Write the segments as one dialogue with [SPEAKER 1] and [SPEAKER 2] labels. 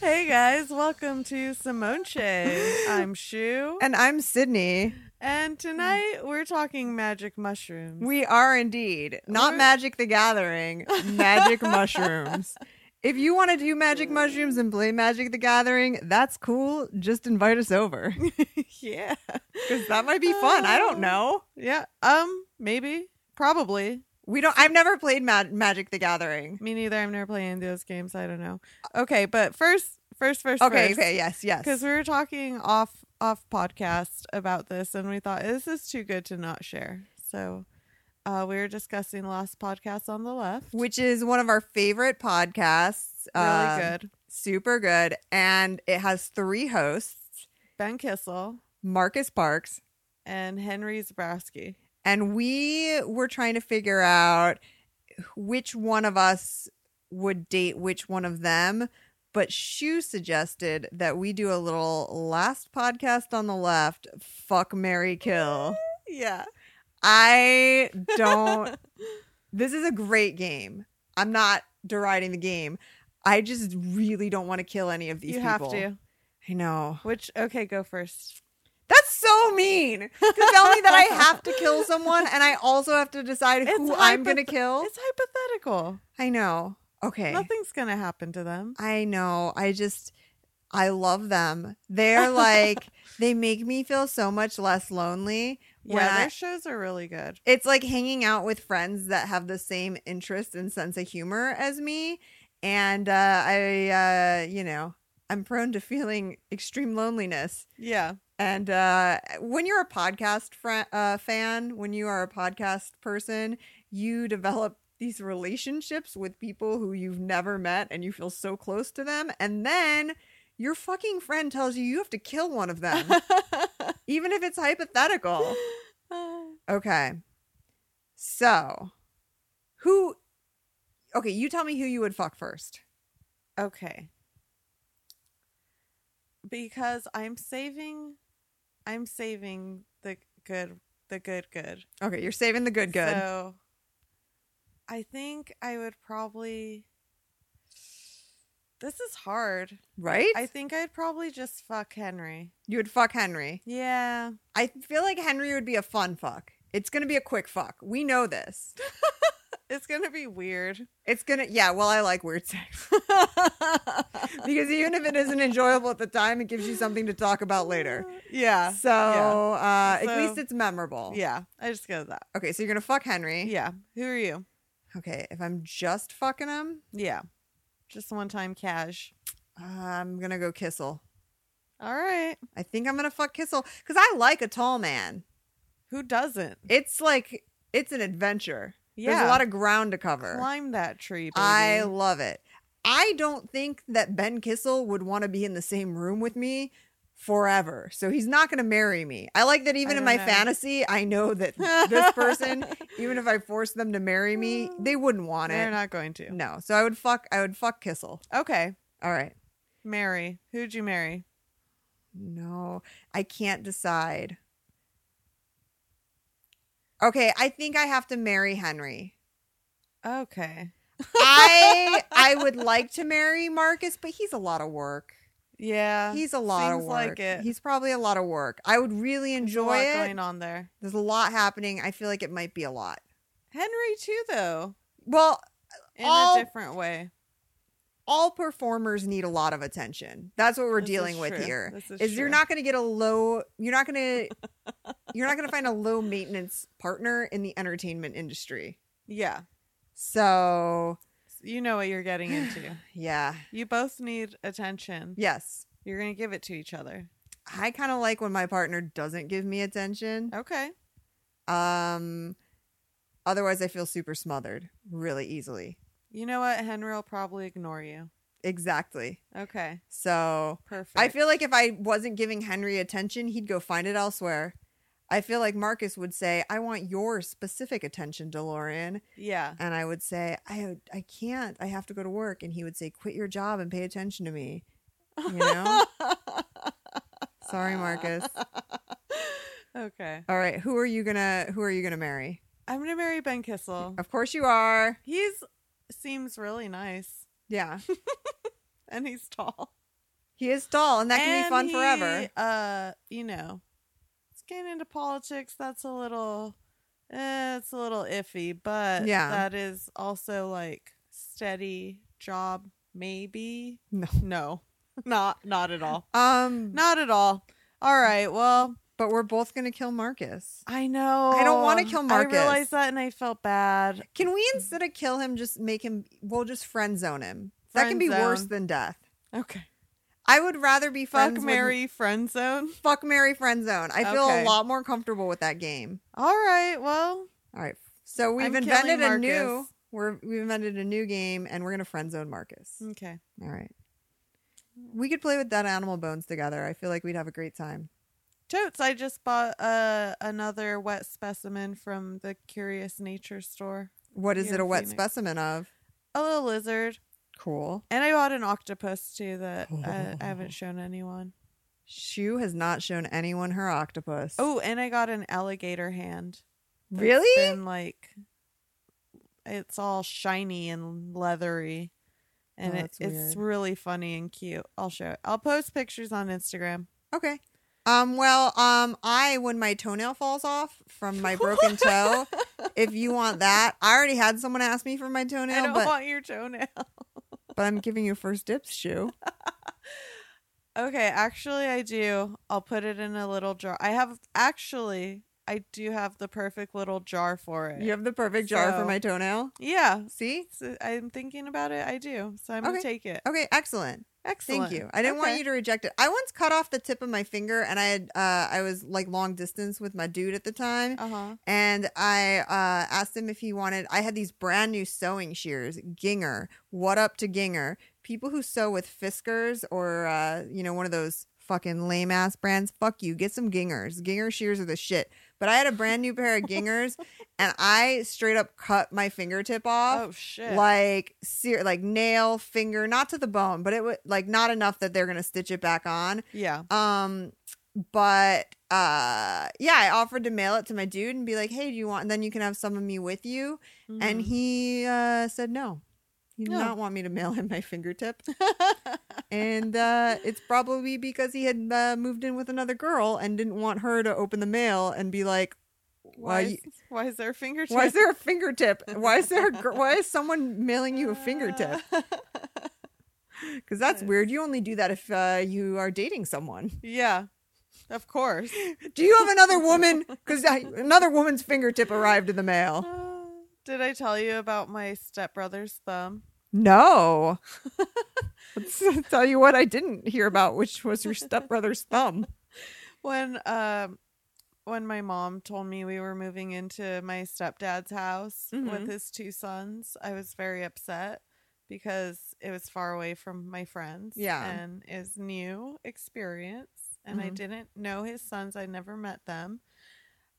[SPEAKER 1] Hey guys, welcome to Simone Shay. I'm Shu.
[SPEAKER 2] And I'm Sydney.
[SPEAKER 1] And tonight we're talking magic mushrooms.
[SPEAKER 2] We are indeed not
[SPEAKER 1] We're-
[SPEAKER 2] Magic the Gathering, magic mushrooms. If you want to do magic mushrooms and play Magic the Gathering, that's cool. Just invite us over
[SPEAKER 1] yeah.
[SPEAKER 2] because that might be fun. I don't know.
[SPEAKER 1] Yeah. Um, maybe. Probably.
[SPEAKER 2] We don't. I've never played Ma- Magic the Gathering.
[SPEAKER 1] Me neither. I'm never playing those games. I don't know. Okay, but first first first
[SPEAKER 2] Okay.
[SPEAKER 1] first.
[SPEAKER 2] Okay. Yes. Yes.
[SPEAKER 1] Because we were talking off off podcast about this and we thought this is too good to not share. So uh, we were discussing last podcast on the left.
[SPEAKER 2] Which is one of our favorite podcasts.
[SPEAKER 1] really
[SPEAKER 2] Um,
[SPEAKER 1] good.
[SPEAKER 2] Super good, and it has three hosts:
[SPEAKER 1] Ben Kissel
[SPEAKER 2] Marcus Parks,
[SPEAKER 1] and Henry Zabrowski.
[SPEAKER 2] and we were trying to figure out which one of us would date which one of them. But Shu suggested that we do a little last podcast on the left, fuck Mary Kill.
[SPEAKER 1] Yeah.
[SPEAKER 2] I don't. this is a great game. I'm not deriding the game. I just really don't want to kill any of these
[SPEAKER 1] you
[SPEAKER 2] people.
[SPEAKER 1] have to.
[SPEAKER 2] I know.
[SPEAKER 1] Which okay, go first.
[SPEAKER 2] That's so mean to tell me that I have to kill someone and I also have to decide
[SPEAKER 1] It's
[SPEAKER 2] who I'm
[SPEAKER 1] hypoth-
[SPEAKER 2] going to kill.
[SPEAKER 1] It's hypothetical.
[SPEAKER 2] I know. Okay.
[SPEAKER 1] Nothing's gonna happen to them.
[SPEAKER 2] I know. I just, I love them. They're like, they make me feel so much less lonely.
[SPEAKER 1] Yeah,
[SPEAKER 2] When I-
[SPEAKER 1] their shows are really good.
[SPEAKER 2] it's like hanging out with friends that have the same interest and sense of humor as me. And uh, I, uh, you know, I'm prone to feeling extreme loneliness.
[SPEAKER 1] Yeah.
[SPEAKER 2] And uh, when you're a podcast fr- uh, fan, when you are a podcast person, you develop these relationships with people who you've never met and you feel so close to them. And then your fucking friend tells you you have to kill one of them, even if it's hypothetical. Okay. So, who. Okay, you tell me who you would fuck first.
[SPEAKER 1] okay. Because I'm saving I'm saving the good the good good.
[SPEAKER 2] Okay, you're saving the good, good.
[SPEAKER 1] So I think I would probably this is hard.
[SPEAKER 2] right?
[SPEAKER 1] I think I'd probably just fuck Henry.
[SPEAKER 2] you would fuck Henry.
[SPEAKER 1] Yeah.
[SPEAKER 2] I feel like Henry would be a fun fuck. It's gonna be a quick fuck. We know this.
[SPEAKER 1] It's gonna be weird.
[SPEAKER 2] It's gonna yeah, well I like weird sex. because even if it isn't enjoyable at the time, it gives you something to talk about later.
[SPEAKER 1] yeah.
[SPEAKER 2] So, uh
[SPEAKER 1] So-
[SPEAKER 2] at least it's memorable.
[SPEAKER 1] Yeah. I just go with that.
[SPEAKER 2] Okay, so you're gonna fuck Henry.
[SPEAKER 1] Yeah. Who are you?
[SPEAKER 2] Okay, if I'm just fucking him,
[SPEAKER 1] Yeah. Just one time cash.
[SPEAKER 2] I'm gonna go Kissel.
[SPEAKER 1] All right.
[SPEAKER 2] I think I'm gonna fuck Kissel because I like a tall man.
[SPEAKER 1] Who doesn't?
[SPEAKER 2] It's like it's an adventure. There's
[SPEAKER 1] Yeah.
[SPEAKER 2] a lot of ground to cover.
[SPEAKER 1] Climb that tree, baby.
[SPEAKER 2] I love it. I don't think that Ben Kissel would want to be in the same room with me forever. So he's not going to marry me. I like that even
[SPEAKER 1] I
[SPEAKER 2] in
[SPEAKER 1] don't
[SPEAKER 2] my
[SPEAKER 1] know.
[SPEAKER 2] fantasy, I know that this person, even if I forced them to marry me, they wouldn't want
[SPEAKER 1] Mm. They're
[SPEAKER 2] it.
[SPEAKER 1] not going to.
[SPEAKER 2] no. So I would fuck I would fuck Kissel.
[SPEAKER 1] Okay.
[SPEAKER 2] All right.
[SPEAKER 1] Mary. Who'd you marry?
[SPEAKER 2] No. I can't decide. Okay, I think I have to marry Henry.
[SPEAKER 1] Okay.
[SPEAKER 2] I I would like to marry Marcus, but he's a lot of work.
[SPEAKER 1] Yeah.
[SPEAKER 2] He's a lot of
[SPEAKER 1] Seems
[SPEAKER 2] work.
[SPEAKER 1] like it.
[SPEAKER 2] He's probably a lot of work. I would really
[SPEAKER 1] There's a
[SPEAKER 2] enjoy
[SPEAKER 1] lot
[SPEAKER 2] it.
[SPEAKER 1] going on there.
[SPEAKER 2] There's a lot happening. I feel like it might be a lot.
[SPEAKER 1] Henry too though.
[SPEAKER 2] Well,
[SPEAKER 1] In
[SPEAKER 2] All-
[SPEAKER 1] a different way.
[SPEAKER 2] all performers need a lot of attention. That's what we're
[SPEAKER 1] This is
[SPEAKER 2] dealing with
[SPEAKER 1] true.
[SPEAKER 2] here.
[SPEAKER 1] This is
[SPEAKER 2] Is you're
[SPEAKER 1] true.
[SPEAKER 2] not going to get a low. You're not going to. you're not going to find a low maintenance partner in the entertainment industry.
[SPEAKER 1] Yeah.
[SPEAKER 2] So
[SPEAKER 1] You know what you're getting into.
[SPEAKER 2] yeah,
[SPEAKER 1] you both need attention.
[SPEAKER 2] yes,
[SPEAKER 1] You're gonna give it to each other.
[SPEAKER 2] I kind of like when my partner doesn't give me attention.
[SPEAKER 1] Okay. Oh.
[SPEAKER 2] Um, otherwise I feel super smothered really easily.
[SPEAKER 1] You know what? Henry will probably ignore you.
[SPEAKER 2] Exactly.
[SPEAKER 1] Okay.
[SPEAKER 2] So
[SPEAKER 1] Perfect.
[SPEAKER 2] I feel like if I wasn't giving Henry attention, he'd go find it elsewhere. I feel like Marcus would say, "I want your specific attention, DeLorean,"
[SPEAKER 1] Yeah.
[SPEAKER 2] and I would say, "I I can't. I have to go to work." And he would say, "Quit your job and pay attention to me." You know. Sorry, Marcus.
[SPEAKER 1] Okay.
[SPEAKER 2] All right, who are you gonna who are you gonna marry?
[SPEAKER 1] I'm gonna marry Ben Kissel.
[SPEAKER 2] Of course you are.
[SPEAKER 1] He's seems really nice.
[SPEAKER 2] Yeah.
[SPEAKER 1] And he's tall.
[SPEAKER 2] He is tall, and that can be
[SPEAKER 1] And
[SPEAKER 2] fun
[SPEAKER 1] he,
[SPEAKER 2] forever.
[SPEAKER 1] Uh, you know, it's getting into politics. That's a little, eh, it's a little iffy, but
[SPEAKER 2] Yeah.
[SPEAKER 1] that is also like steady job. Maybe
[SPEAKER 2] No.
[SPEAKER 1] no, not not at all,
[SPEAKER 2] Um,
[SPEAKER 1] not at all. All right, well,
[SPEAKER 2] but we're both gonna kill Marcus.
[SPEAKER 1] I know
[SPEAKER 2] I don't wanna kill Marcus.
[SPEAKER 1] I realized that, and I felt bad.
[SPEAKER 2] Can we instead of kill him, just make him? We'll just friend zone him. that can
[SPEAKER 1] Friend
[SPEAKER 2] be worse
[SPEAKER 1] zone.
[SPEAKER 2] than death.
[SPEAKER 1] Okay,
[SPEAKER 2] I would rather be
[SPEAKER 1] fuck
[SPEAKER 2] friends with-
[SPEAKER 1] Mary friend zone.
[SPEAKER 2] fuck Mary friend zone. I feel
[SPEAKER 1] Okay.
[SPEAKER 2] a lot more comfortable with that game.
[SPEAKER 1] All right, well,
[SPEAKER 2] All right. So we've
[SPEAKER 1] I'm
[SPEAKER 2] invented
[SPEAKER 1] killing
[SPEAKER 2] a new.
[SPEAKER 1] Marcus.
[SPEAKER 2] We're we've invented a new game, and we're gonna friend zone Marcus.
[SPEAKER 1] okay.
[SPEAKER 2] All right. We could play with dead animal bones together. I feel like we'd have a great time.
[SPEAKER 1] Totes, I just bought uh, another wet specimen from the Curious Nature store.
[SPEAKER 2] What is
[SPEAKER 1] Here
[SPEAKER 2] it
[SPEAKER 1] in
[SPEAKER 2] a wet
[SPEAKER 1] Phoenix.
[SPEAKER 2] specimen of?
[SPEAKER 1] A little lizard.
[SPEAKER 2] Cool.
[SPEAKER 1] And I bought an octopus too that uh, I haven't shown anyone.
[SPEAKER 2] Shu has not shown anyone her octopus.
[SPEAKER 1] Oh, and I got an alligator hand. that's
[SPEAKER 2] really?
[SPEAKER 1] Been like it's all shiny and leathery. And
[SPEAKER 2] Oh,
[SPEAKER 1] it,
[SPEAKER 2] that's
[SPEAKER 1] it's
[SPEAKER 2] weird.
[SPEAKER 1] really funny and cute. I'll show it. I'll post pictures on Instagram.
[SPEAKER 2] Okay. Um, well, um, I when my toenail falls off from my broken toe, if you want that, I already had someone ask me for my
[SPEAKER 1] I
[SPEAKER 2] toenail,
[SPEAKER 1] don't
[SPEAKER 2] but
[SPEAKER 1] want your toenail.
[SPEAKER 2] but I'm giving you first dips, shoe.
[SPEAKER 1] Okay, actually, I do. I'll put it in a little jar. I have actually, I do have the perfect little jar for it.
[SPEAKER 2] You have the perfect jar for
[SPEAKER 1] So-
[SPEAKER 2] my toenail.
[SPEAKER 1] Yeah.
[SPEAKER 2] See?
[SPEAKER 1] So I'm thinking about it. I do. So I'm
[SPEAKER 2] Okay.
[SPEAKER 1] gonna take it.
[SPEAKER 2] Okay, excellent.
[SPEAKER 1] Excellent.
[SPEAKER 2] Thank you. I didn't want you to reject it. I once cut off the tip of my finger, and I had uh, I was like long distance with my dude at the time,
[SPEAKER 1] Uh huh.
[SPEAKER 2] and I uh, asked him if he wanted. I had these brand new sewing shears, Ginger. What up to Ginger? People who sew with Fiskars or uh, you know one of those fucking lame ass brands. Fuck you. Get some Gingers. Ginger shears are the shit. But I had a brand new pair of Gingers, and I straight up cut my fingertip off
[SPEAKER 1] Oh shit.
[SPEAKER 2] like sear, like nail, finger, not to the bone, but it would like not enough that they're gonna stitch it back on.
[SPEAKER 1] yeah.
[SPEAKER 2] Um, but uh, yeah, I offered to mail it to my dude and be like, hey, do you want? And then you can have some of me with you. And
[SPEAKER 1] Mhm.
[SPEAKER 2] he uh, said no. He did
[SPEAKER 1] No.
[SPEAKER 2] not want me to mail him my fingertip. and uh, it's probably because he had uh, moved in with another girl and didn't want her to open the mail and be like,
[SPEAKER 1] Mm-hmm. why?
[SPEAKER 2] why
[SPEAKER 1] Is,
[SPEAKER 2] you-
[SPEAKER 1] why is there a fingertip?
[SPEAKER 2] why is there a fingertip? Why is there? A gr- why is someone mailing you a fingertip? Because that's weird. You only do that if uh, you are dating someone.
[SPEAKER 1] yeah. Of course.
[SPEAKER 2] Do you have another woman? Because another woman's fingertip arrived in the mail.
[SPEAKER 1] Uh, did I tell you about my stepbrother's thumb?
[SPEAKER 2] No. Let's tell you what I didn't hear about, which was your stepbrother's thumb.
[SPEAKER 1] When um when my mom told me we were moving into my stepdad's house with
[SPEAKER 2] Mhm.
[SPEAKER 1] his two sons, I was very upset because it was far away from my friends.
[SPEAKER 2] Yeah.
[SPEAKER 1] And it was new experience. And I
[SPEAKER 2] Mhm.
[SPEAKER 1] didn't know his sons. I never met them.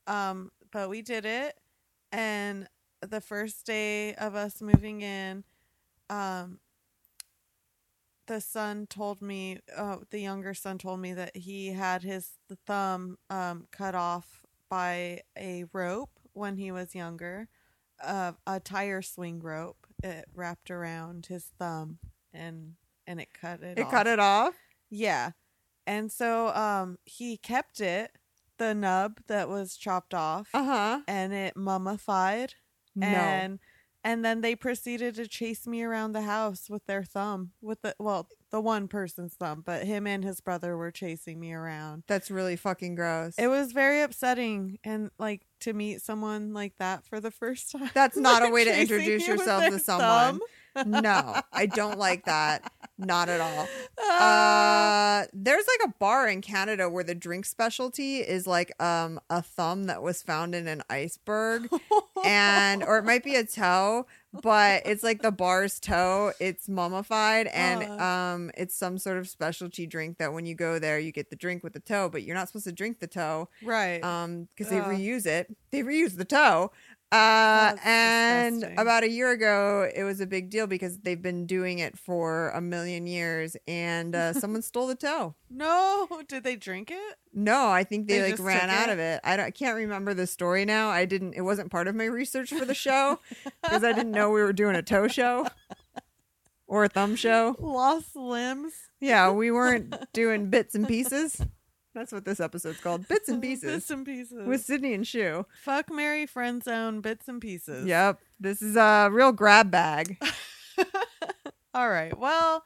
[SPEAKER 1] Um, but we did it and the first day of us moving in, um the son told me uh, the younger son told me that he had his thumb um, cut off by a rope when he was younger uh, a tire swing rope it wrapped around his thumb and and it cut it
[SPEAKER 2] It
[SPEAKER 1] off.
[SPEAKER 2] cut it off.
[SPEAKER 1] yeah and so um he kept it the nub that was chopped off
[SPEAKER 2] Uh huh.
[SPEAKER 1] and it mummified
[SPEAKER 2] No.
[SPEAKER 1] Uh-huh. and and then they proceeded to chase me around the house with their thumb with the well the one person's thumb but him and his brother were chasing me around
[SPEAKER 2] That's really fucking gross.
[SPEAKER 1] it was very upsetting and like to meet someone like that for the first time
[SPEAKER 2] That's not a
[SPEAKER 1] Like,
[SPEAKER 2] way to
[SPEAKER 1] chasing
[SPEAKER 2] introduce
[SPEAKER 1] you with
[SPEAKER 2] yourself
[SPEAKER 1] their
[SPEAKER 2] to someone.
[SPEAKER 1] thumb.
[SPEAKER 2] No, I don't like that. Not at all.
[SPEAKER 1] Ah.
[SPEAKER 2] Uh, there's like a bar in Canada where the drink specialty is like um a thumb that was found in an iceberg Uh, and or it might be a toe, but it's like the bar's toe. It's mummified and
[SPEAKER 1] Uh.
[SPEAKER 2] um it's some sort of specialty drink that when you go there you get the drink with the toe, but you're not supposed to drink the toe
[SPEAKER 1] right
[SPEAKER 2] um because they
[SPEAKER 1] Ugh.
[SPEAKER 2] reuse it they reuse the toe uh
[SPEAKER 1] That's
[SPEAKER 2] and
[SPEAKER 1] disgusting.
[SPEAKER 2] about a year ago it was a big deal because they've been doing it for a million years and uh, someone stole the toe
[SPEAKER 1] no did they drink it
[SPEAKER 2] no i think they,
[SPEAKER 1] They
[SPEAKER 2] like
[SPEAKER 1] just
[SPEAKER 2] ran
[SPEAKER 1] took
[SPEAKER 2] out
[SPEAKER 1] it?
[SPEAKER 2] of it I, don't, I can't remember the story now i didn't it wasn't part of my research for the show because i didn't know we were doing a toe show or a thumb show.
[SPEAKER 1] Lost limbs.
[SPEAKER 2] Yeah, we weren't doing bits and pieces. That's what this episode's called, bits and
[SPEAKER 1] Bits
[SPEAKER 2] pieces
[SPEAKER 1] and pieces.
[SPEAKER 2] with Sydney and Shu.
[SPEAKER 1] Fuck Mary Friend Zone bits and pieces.
[SPEAKER 2] Yep, this is a real grab bag.
[SPEAKER 1] All right. Well,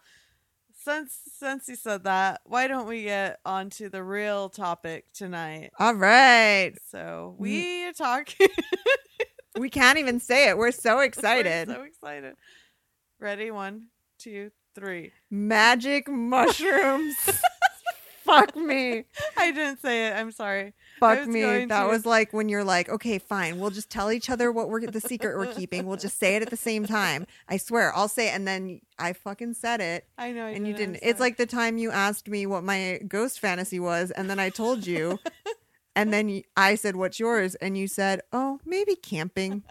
[SPEAKER 1] since since you said that, why don't we get on to the real topic tonight?
[SPEAKER 2] All right,
[SPEAKER 1] So
[SPEAKER 2] Mm.
[SPEAKER 1] we are talking.
[SPEAKER 2] we can't even say it. We're so excited.
[SPEAKER 1] We're so excited. Ready? One, two, three.
[SPEAKER 2] Magic mushrooms. Fuck me.
[SPEAKER 1] I didn't say it. I'm sorry. I
[SPEAKER 2] Fuck
[SPEAKER 1] was
[SPEAKER 2] me.
[SPEAKER 1] going
[SPEAKER 2] That
[SPEAKER 1] to-
[SPEAKER 2] was like when you're like, okay, fine. We'll just tell each other what we're the secret we're keeping. We'll just say it at the same time. I swear, I'll say it, and then I fucking said it,
[SPEAKER 1] I know. I
[SPEAKER 2] and you
[SPEAKER 1] I'm
[SPEAKER 2] didn't. It's
[SPEAKER 1] sorry.
[SPEAKER 2] like the time you asked me what my ghost fantasy was, and then I told you, and then y- I said, "What's yours?" and you said, "Oh, maybe camping."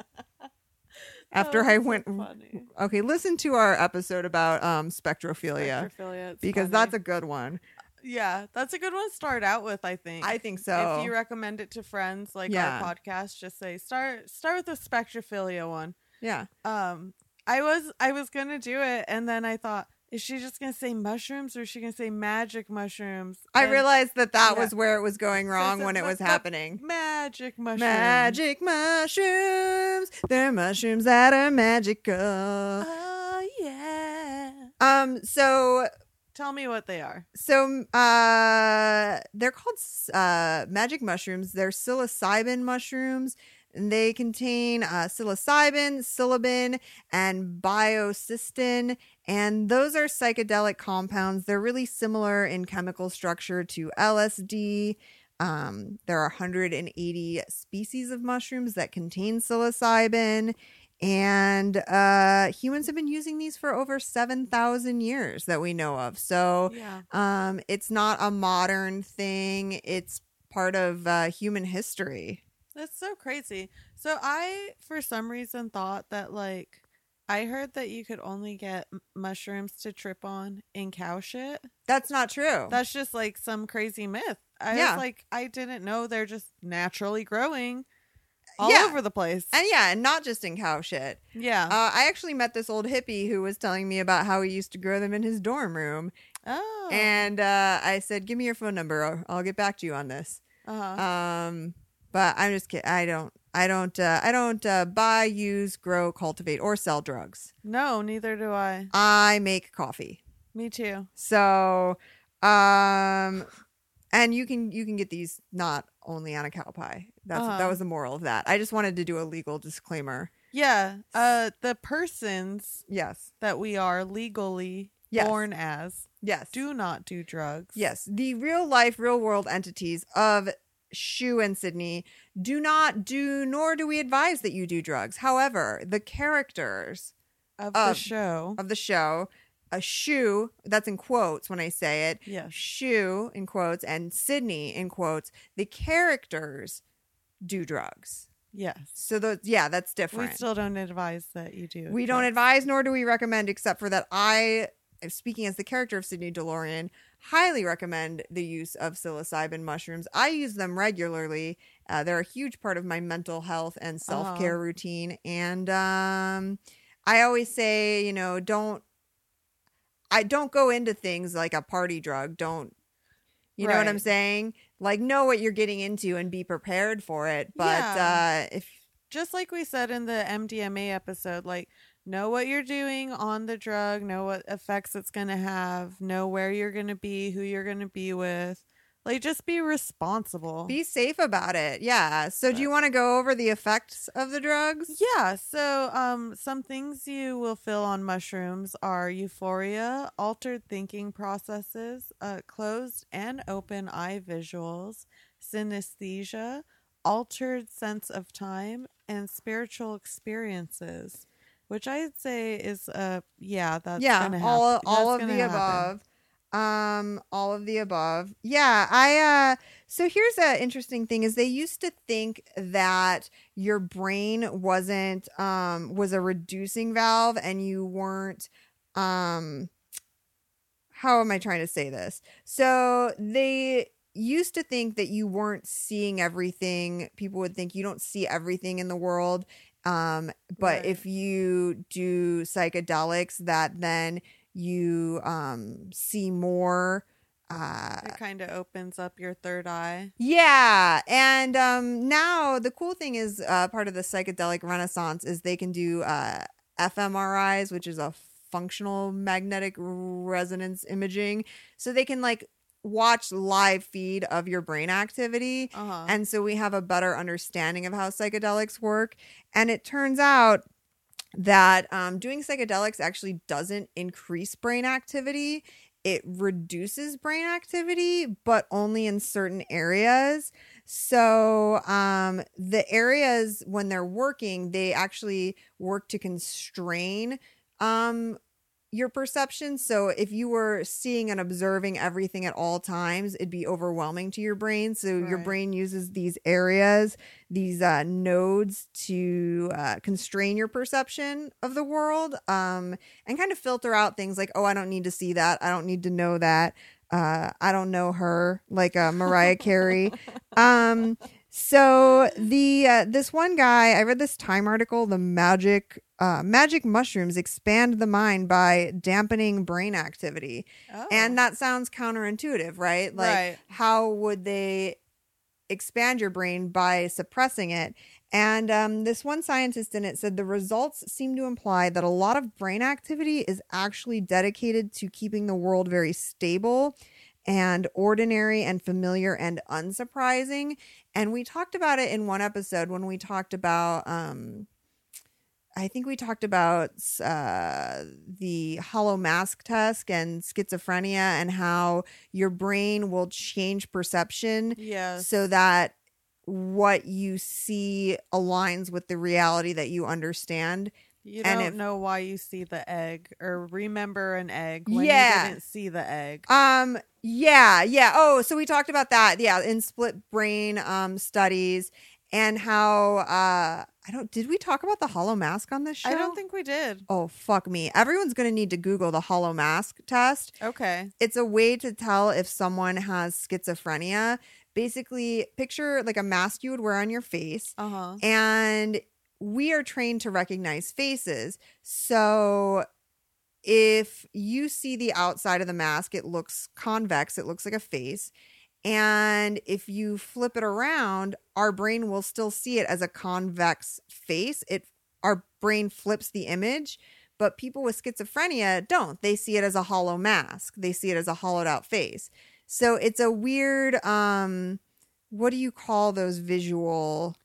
[SPEAKER 1] That
[SPEAKER 2] After
[SPEAKER 1] was
[SPEAKER 2] I
[SPEAKER 1] Oh, so
[SPEAKER 2] went,
[SPEAKER 1] funny.
[SPEAKER 2] okay, listen to our episode about um spectrophilia
[SPEAKER 1] Spectrophilia, it's
[SPEAKER 2] because
[SPEAKER 1] funny.
[SPEAKER 2] that's a good one.
[SPEAKER 1] yeah, that's a good one to start out with. I think.
[SPEAKER 2] I think so.
[SPEAKER 1] If you recommend it to friends like
[SPEAKER 2] Yeah.
[SPEAKER 1] our podcast, just say start start with the spectrophilia one.
[SPEAKER 2] yeah.
[SPEAKER 1] Um, I was I was gonna do it, and then I thought, is she just gonna say mushrooms or is she gonna say magic mushrooms?
[SPEAKER 2] I
[SPEAKER 1] And
[SPEAKER 2] realized that that
[SPEAKER 1] Yeah.
[SPEAKER 2] was where it was going wrong
[SPEAKER 1] so
[SPEAKER 2] when it
[SPEAKER 1] what
[SPEAKER 2] was
[SPEAKER 1] the-
[SPEAKER 2] happening.
[SPEAKER 1] magic mushrooms.
[SPEAKER 2] Magic mushrooms. They're mushrooms that are magical.
[SPEAKER 1] Oh yeah.
[SPEAKER 2] Um so
[SPEAKER 1] Tell me what they are.
[SPEAKER 2] so uh they're called uh magic mushrooms. They're psilocybin mushrooms. And they contain uh, psilocybin, psilocin, and biocystin, and those are psychedelic compounds. They're really similar in chemical structure to LSD. Um, there are 180 species of mushrooms that contain psilocybin, and uh, humans have been using these for over 7,000 years that we know of. So
[SPEAKER 1] Yeah.
[SPEAKER 2] um, it's not a modern thing, it's part of uh, human history.
[SPEAKER 1] That's so crazy. So I, for some reason, thought that like I heard that you could only get m- mushrooms to trip on in cow shit.
[SPEAKER 2] That's not true.
[SPEAKER 1] That's just like some crazy myth. I
[SPEAKER 2] Oh. Yeah.
[SPEAKER 1] was like, I didn't know they're just naturally growing all
[SPEAKER 2] Yeah.
[SPEAKER 1] over the place.
[SPEAKER 2] and yeah, and not just in cow shit.
[SPEAKER 1] yeah.
[SPEAKER 2] Uh, I actually met this old hippie who was telling me about how he used to grow them in his dorm room.
[SPEAKER 1] oh.
[SPEAKER 2] And uh, I said, "Give me your phone number. Or I'll get back to you on this."
[SPEAKER 1] uh-huh.
[SPEAKER 2] Um, but I'm just kidding. I don't. I don't. Uh, I don't uh, buy, use, grow, cultivate, or sell drugs.
[SPEAKER 1] no, neither do I.
[SPEAKER 2] I make coffee.
[SPEAKER 1] Me too.
[SPEAKER 2] So, um, and you can you can get these not only on a cow pie. That's
[SPEAKER 1] Uh-huh.
[SPEAKER 2] that was the moral of that. I just wanted to do a legal disclaimer.
[SPEAKER 1] Yeah. Uh, the persons
[SPEAKER 2] Yes.
[SPEAKER 1] that we are legally
[SPEAKER 2] Yes.
[SPEAKER 1] born as
[SPEAKER 2] Yes.
[SPEAKER 1] do not do drugs.
[SPEAKER 2] Yes, the real life, real world entities of Shu and Sydney do not do, nor do we advise that you do drugs. However, the characters
[SPEAKER 1] Of the
[SPEAKER 2] Of-
[SPEAKER 1] show.
[SPEAKER 2] Um, of the show, a Shu, that's in quotes when I say it,
[SPEAKER 1] Yes.
[SPEAKER 2] Shu in quotes, and Sydney in quotes, the characters do drugs.
[SPEAKER 1] Yes.
[SPEAKER 2] So, those, yeah, that's different.
[SPEAKER 1] We still don't advise that you do.
[SPEAKER 2] We don't
[SPEAKER 1] drugs.
[SPEAKER 2] advise, nor do we recommend, except for that I, speaking as the character of Sydney DeLorean, highly recommend the use of psilocybin mushrooms. I use them regularly. Uh, they're a huge part of my mental health and self care routine. And um, I always say, you know, don't. I don't go into things like a party drug. Don't, you know what I'm
[SPEAKER 1] Right.
[SPEAKER 2] saying? Like, know what you're getting into and be prepared for it. But
[SPEAKER 1] Yeah.
[SPEAKER 2] uh, if
[SPEAKER 1] Just like we said in the MDMA episode, like know what you're doing on the drug, know what effects it's going to have, know where you're going to be, who you're going to be with. Like just be responsible.
[SPEAKER 2] Be safe about it. Yeah. So, do you want to go over the effects of the drugs?
[SPEAKER 1] yeah, so um some things you will feel on mushrooms are euphoria, altered thinking processes, uh closed and open eye visuals, synesthesia, altered sense of time and spiritual experiences, which I'd say is uh yeah, that's
[SPEAKER 2] yeah.
[SPEAKER 1] gonna
[SPEAKER 2] All
[SPEAKER 1] hap-
[SPEAKER 2] all
[SPEAKER 1] that's
[SPEAKER 2] of the
[SPEAKER 1] gonna happen.
[SPEAKER 2] above. Um, all of the above. Yeah. I uh. So here's a interesting thing: is they used to think that your brain wasn't um was a reducing valve, and you weren't um. How am I trying to say this? So they used to think that you weren't seeing everything. People would think you don't see everything in the world. Um, but
[SPEAKER 1] Right.
[SPEAKER 2] if you do psychedelics, that then you um, see more. Uh,
[SPEAKER 1] It kind of opens up your third eye.
[SPEAKER 2] yeah, and um, now the cool thing is uh, part of the psychedelic renaissance is they can do uh, fMRIs, which is a functional magnetic resonance imaging. So they can like watch live feed of your brain activity.
[SPEAKER 1] Uh huh.
[SPEAKER 2] And so we have a better understanding of how psychedelics work. And it turns out that um, doing psychedelics actually doesn't increase brain activity, it reduces brain activity, but only in certain areas. So um, the areas when they're working, they actually work to constrain. Um, your perception. So, if you were seeing and observing everything at all times, it'd be overwhelming to your brain. So, your
[SPEAKER 1] Right.
[SPEAKER 2] brain uses these areas, these uh, nodes to uh, constrain your perception of the world um, and kind of filter out things like, oh, I don't need to see that. I don't need to know that. Uh, I don't know her, like uh, Mariah Carey. Um, so the uh, this one guy, I read this Time article, the magic uh, magic mushrooms expand the mind by dampening brain activity,
[SPEAKER 1] Oh.
[SPEAKER 2] and that sounds counterintuitive, right? Like,
[SPEAKER 1] Right.
[SPEAKER 2] how would they expand your brain by suppressing it? And um, this one scientist in it said the results seem to imply that a lot of brain activity is actually dedicated to keeping the world very stable and ordinary and familiar and unsurprising. And we talked about it in one episode when we talked about, um, I think we talked about uh, the hollow mask test and schizophrenia and how your brain will change perception
[SPEAKER 1] yes.
[SPEAKER 2] so that what you see aligns with the reality that you understand.
[SPEAKER 1] You
[SPEAKER 2] and
[SPEAKER 1] don't
[SPEAKER 2] if-
[SPEAKER 1] know why you see the egg or remember an egg when
[SPEAKER 2] Yeah.
[SPEAKER 1] you didn't see the egg.
[SPEAKER 2] Um yeah, yeah. Oh, so we talked about that. Yeah, in split brain um studies and how uh I don't did we talk about the hollow mask on this show?
[SPEAKER 1] I don't think we did.
[SPEAKER 2] Oh fuck me. Everyone's going to need to google the hollow mask test.
[SPEAKER 1] Okay.
[SPEAKER 2] it's a way to tell if someone has schizophrenia. Basically, picture like a mask you would wear on your face,
[SPEAKER 1] Uh huh.
[SPEAKER 2] and we are trained to recognize faces. So if you see the outside of the mask, it looks convex, it looks like a face. And if you flip it around, our brain will still see it as a convex face. It our brain flips the image, but people with schizophrenia don't. They see it as a hollow mask. They see it as a hollowed out face. So it's a weird um what do you call those visual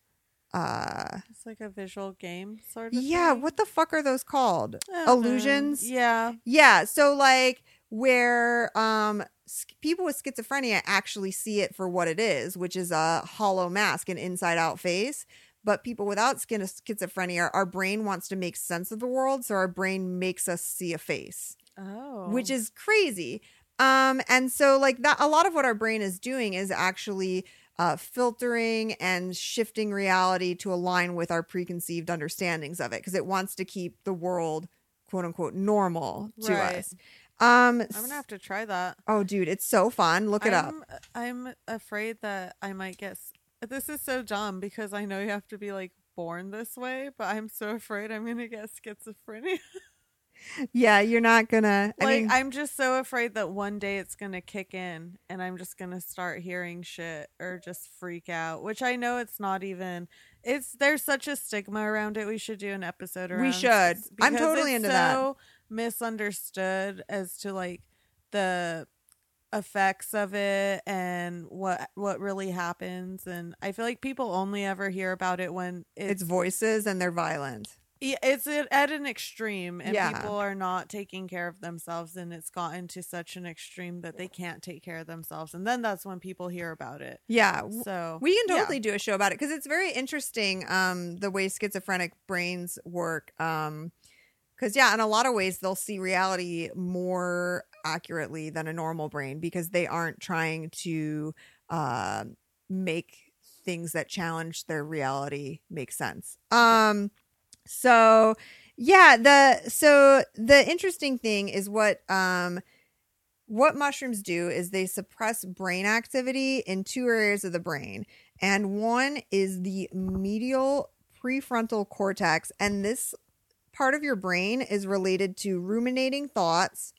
[SPEAKER 2] uh
[SPEAKER 1] It's like a visual game sort of.
[SPEAKER 2] yeah,
[SPEAKER 1] thing.
[SPEAKER 2] what the fuck are those called?
[SPEAKER 1] I don't know.
[SPEAKER 2] illusions?
[SPEAKER 1] Yeah.
[SPEAKER 2] Yeah, so like where um s- people with schizophrenia actually see it for what it is, which is a hollow mask, an inside out face. But people without skin- schizophrenia, our brain wants to make sense of the world, so our brain makes us see a face
[SPEAKER 1] Oh.
[SPEAKER 2] which is crazy. Um, and so like that, a lot of what our brain is doing is actually uh, filtering and shifting reality to align with our preconceived understandings of it because it wants to keep the world quote unquote normal to
[SPEAKER 1] Right.
[SPEAKER 2] us. Um,
[SPEAKER 1] I'm gonna have to try that.
[SPEAKER 2] oh, dude, it's so fun. Look it up.
[SPEAKER 1] I'm, I'm afraid that I might get. s- This is so dumb because I know you have to be like born this way, but I'm so afraid I'm gonna get schizophrenia.
[SPEAKER 2] Yeah, you're not gonna. I
[SPEAKER 1] like
[SPEAKER 2] mean,
[SPEAKER 1] I'm just so afraid that one day it's gonna kick in and I'm just gonna start hearing shit or just freak out. Which I know it's not even. It's there's such a stigma around it. We should do an episode
[SPEAKER 2] We
[SPEAKER 1] around.
[SPEAKER 2] should. I'm
[SPEAKER 1] because
[SPEAKER 2] totally
[SPEAKER 1] it's
[SPEAKER 2] into that.
[SPEAKER 1] So misunderstood as to like the effects of it and what what really happens and i feel like people only ever hear about it when
[SPEAKER 2] it's
[SPEAKER 1] it's
[SPEAKER 2] voices and they're violent.
[SPEAKER 1] yeah, it's at at an extreme and
[SPEAKER 2] Yeah.
[SPEAKER 1] people are not taking care of themselves and it's gotten to such an extreme that they can't take care of themselves and then that's when people hear about it
[SPEAKER 2] Yeah, w-
[SPEAKER 1] so
[SPEAKER 2] We can
[SPEAKER 1] yeah.
[SPEAKER 2] totally do a show about it because it's very interesting um, the way schizophrenic brains work. Because, yeah, in a lot of ways, they'll see reality more accurately than a normal brain because they aren't trying to uh, make things that challenge their reality make sense. Um, so, yeah, the so the interesting thing is what um, what mushrooms do is they suppress brain activity in two areas of the brain. And one is the medial prefrontal cortex, and this part of your brain is related to ruminating thoughts,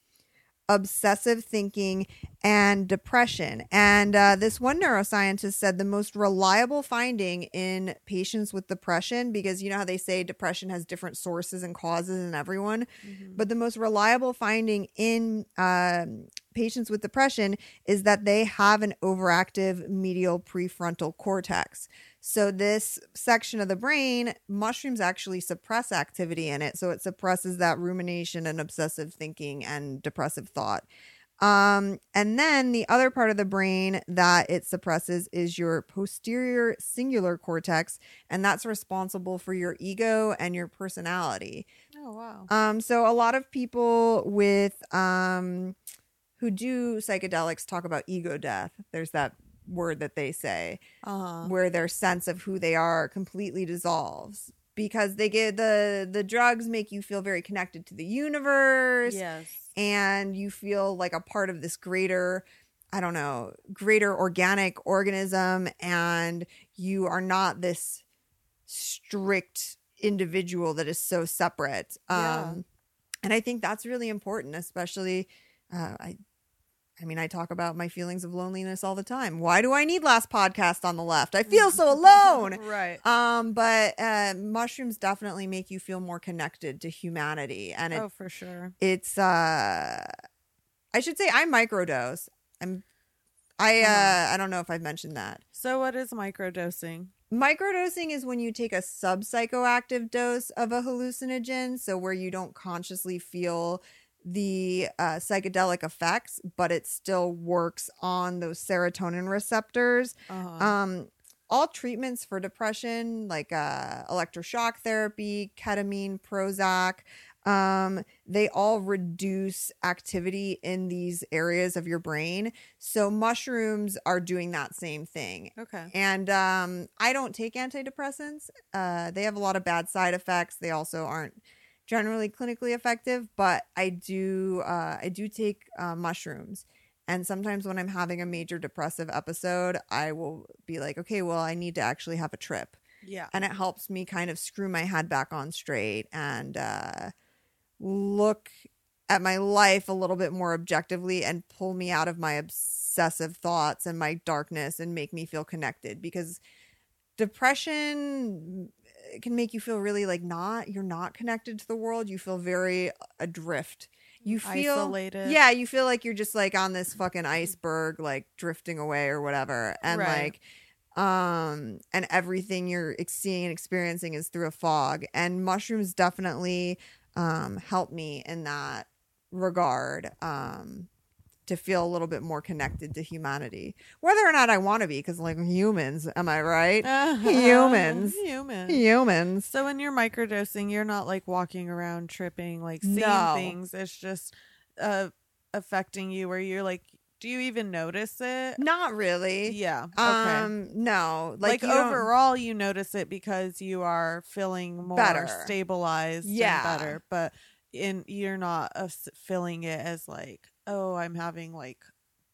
[SPEAKER 2] obsessive thinking, and depression. And uh, this one neuroscientist said the most reliable finding in patients with depression, because you know how they say depression has different sources and causes in everyone, but the most reliable finding in um, patients with depression is that they have an overactive medial prefrontal cortex. So, this section of the brain, mushrooms actually suppress activity in it. So, it suppresses that rumination and obsessive thinking and depressive thought. Um, and then the other part of the brain that it suppresses is your posterior singular cortex, and that's responsible for your ego and your personality.
[SPEAKER 1] Oh wow.
[SPEAKER 2] Um, so a lot of people with um, who do psychedelics talk about ego death. There's that word that they say
[SPEAKER 1] Uh huh.
[SPEAKER 2] where their sense of who they are completely dissolves because they get the the drugs make you feel very connected to the universe
[SPEAKER 1] Yes.
[SPEAKER 2] and you feel like a part of this greater i don't know greater organic organism and you are not this strict individual that is so separate um
[SPEAKER 1] Yeah.
[SPEAKER 2] and i think that's really important especially uh, i I mean, I talk about my feelings of loneliness all the time. Why do I need last podcast on the left? I feel so alone.
[SPEAKER 1] Right.
[SPEAKER 2] Um, but uh, mushrooms definitely make you feel more connected to humanity, and it
[SPEAKER 1] Oh, for sure.
[SPEAKER 2] it's uh i should say i microdose i'm i uh
[SPEAKER 1] Uh-huh.
[SPEAKER 2] i don't know if i've mentioned that
[SPEAKER 1] So, what is microdosing?
[SPEAKER 2] microdosing is when you take a sub psychoactive dose of a hallucinogen so where you don't consciously feel the uh, psychedelic effects but it still works on those serotonin receptors
[SPEAKER 1] Uh huh.
[SPEAKER 2] um, all treatments for depression, like uh, electroshock therapy, ketamine, Prozac, um, they all reduce activity in these areas of your brain. So mushrooms are doing that same thing.
[SPEAKER 1] okay.
[SPEAKER 2] And um, I don't take antidepressants. Uh, they have a lot of bad side effects. They also aren't generally clinically effective. But I do, uh, I do take uh, mushrooms. And sometimes when I'm having a major depressive episode, I will be like, okay, well, I need to actually have a trip,
[SPEAKER 1] Yeah.
[SPEAKER 2] and it helps me kind of screw my head back on straight and uh, look at my life a little bit more objectively and pull me out of my obsessive thoughts and my darkness and make me feel connected because depression eh, can make you feel really like not you're not connected to the world you feel very adrift you feel
[SPEAKER 1] Isolated.
[SPEAKER 2] yeah you feel like you're just like on this fucking iceberg like drifting away or whatever and
[SPEAKER 1] Right.
[SPEAKER 2] like um and everything you're ex- seeing and experiencing is through a fog and mushrooms definitely um help me in that regard um to feel a little bit more connected to humanity whether or not i want to be because like humans am i
[SPEAKER 1] Uh,
[SPEAKER 2] right Humans.
[SPEAKER 1] Humans.
[SPEAKER 2] humans
[SPEAKER 1] So when you're microdosing, you're not like walking around tripping, like seeing
[SPEAKER 2] No.
[SPEAKER 1] things. It's just uh, affecting you where you're like, do you even notice it?
[SPEAKER 2] not really
[SPEAKER 1] Yeah. Okay.
[SPEAKER 2] um no
[SPEAKER 1] like
[SPEAKER 2] you don't-
[SPEAKER 1] overall, you notice it because you are feeling more
[SPEAKER 2] Better.
[SPEAKER 1] stabilized
[SPEAKER 2] Yeah.
[SPEAKER 1] and better, but in you're not uh, s- feeling it as like, oh, I'm having like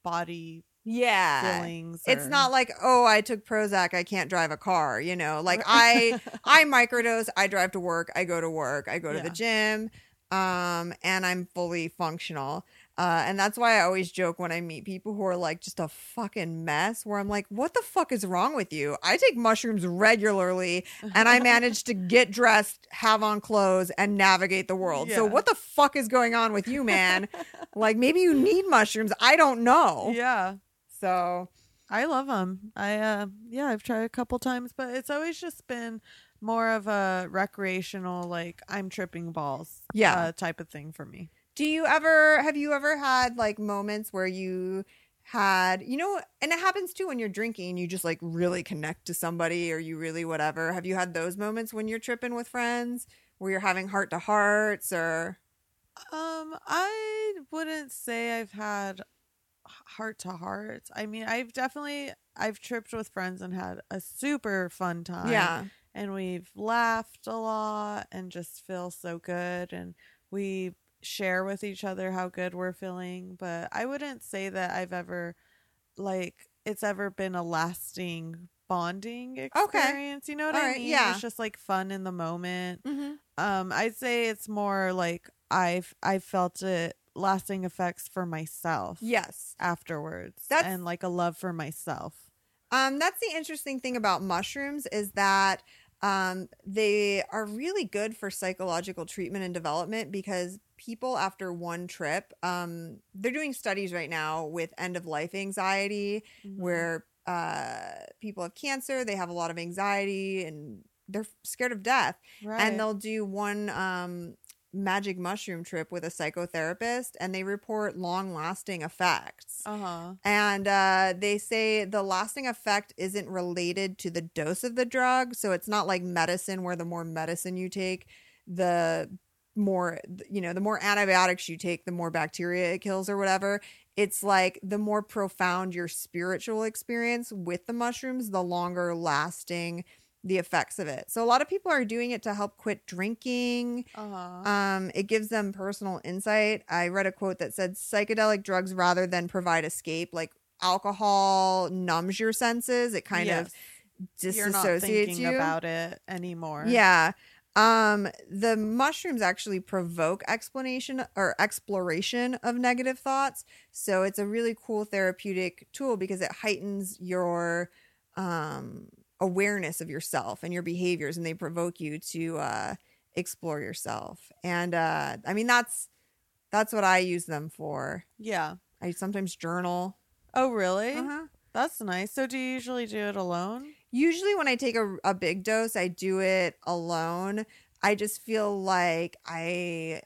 [SPEAKER 1] body
[SPEAKER 2] yeah
[SPEAKER 1] feelings.
[SPEAKER 2] Eh. it's
[SPEAKER 1] or-
[SPEAKER 2] not like oh i took prozac i can't drive a car you know like i i microdose i drive to work i go to work i go to the gym um and i'm fully functional uh, and that's why I always joke when I meet people who are like just a fucking mess, where I'm like, what the fuck is wrong with you? I take mushrooms regularly and I manage to get dressed, have on clothes, and navigate the world. So,
[SPEAKER 1] Yeah.
[SPEAKER 2] what the fuck is going on with you, man? like, maybe you need mushrooms. I don't know.
[SPEAKER 1] yeah.
[SPEAKER 2] So,
[SPEAKER 1] I love them. I uh, yeah, I've tried a couple times, but it's always just been more of a recreational, like I'm tripping balls,
[SPEAKER 2] Yeah.
[SPEAKER 1] uh, type of thing for me.
[SPEAKER 2] Do you ever have you ever had like moments where you had you know and it happens too when you're drinking you just like really connect to somebody or you really whatever have you had those moments when you're tripping with friends where you're having heart to hearts or
[SPEAKER 1] Um, I wouldn't say I've had heart to hearts. I mean, I've definitely I've tripped with friends and had a super fun time.
[SPEAKER 2] yeah
[SPEAKER 1] and we've laughed a lot and just feel so good and we share with each other how good we're feeling but i wouldn't say that i've ever like it's ever been a lasting bonding experience. You know what
[SPEAKER 2] All
[SPEAKER 1] I
[SPEAKER 2] right,
[SPEAKER 1] mean?
[SPEAKER 2] yeah.
[SPEAKER 1] It's just like fun in the moment.
[SPEAKER 2] Mm-hmm.
[SPEAKER 1] Um, I'd say it's more like I've I felt it lasting effects for myself.
[SPEAKER 2] Yes.
[SPEAKER 1] Afterwards,
[SPEAKER 2] That's-
[SPEAKER 1] and like a love for myself.
[SPEAKER 2] Um, that's the interesting thing about mushrooms is that um, they are really good for psychological treatment and development because people after one trip, um, they're doing studies right now with end of life anxiety
[SPEAKER 1] Mm-hmm.
[SPEAKER 2] where uh, people have cancer, they have a lot of anxiety, and they're scared of death
[SPEAKER 1] right.
[SPEAKER 2] and they'll do one um, magic mushroom trip with a psychotherapist and they report long lasting effects
[SPEAKER 1] uh huh.
[SPEAKER 2] and uh, they say the lasting effect isn't related to the dose of the drug so it's not like medicine where the more medicine you take the more you know the more antibiotics you take the more bacteria it kills or whatever it's like the more profound your spiritual experience with the mushrooms the longer lasting the effects of it so a lot of people are doing it to help quit drinking
[SPEAKER 1] Uh huh.
[SPEAKER 2] um, it gives them personal insight. I read a quote that said psychedelic drugs rather than provide escape, like alcohol numbs your senses. It kind of
[SPEAKER 1] you're not
[SPEAKER 2] disassociates
[SPEAKER 1] thinking
[SPEAKER 2] you.
[SPEAKER 1] about it anymore.
[SPEAKER 2] yeah. Um, the mushrooms actually provoke explanation or exploration of negative thoughts. So it's a really cool therapeutic tool because it heightens your um, awareness of yourself and your behaviors, and they provoke you to uh, explore yourself. And uh, I mean, that's that's what I use them for.
[SPEAKER 1] Yeah.
[SPEAKER 2] I sometimes journal.
[SPEAKER 1] Oh, really?
[SPEAKER 2] Uh-huh.
[SPEAKER 1] That's nice. So, do you usually do it alone?
[SPEAKER 2] usually when I take a, a big dose, I do it alone. I just feel like I.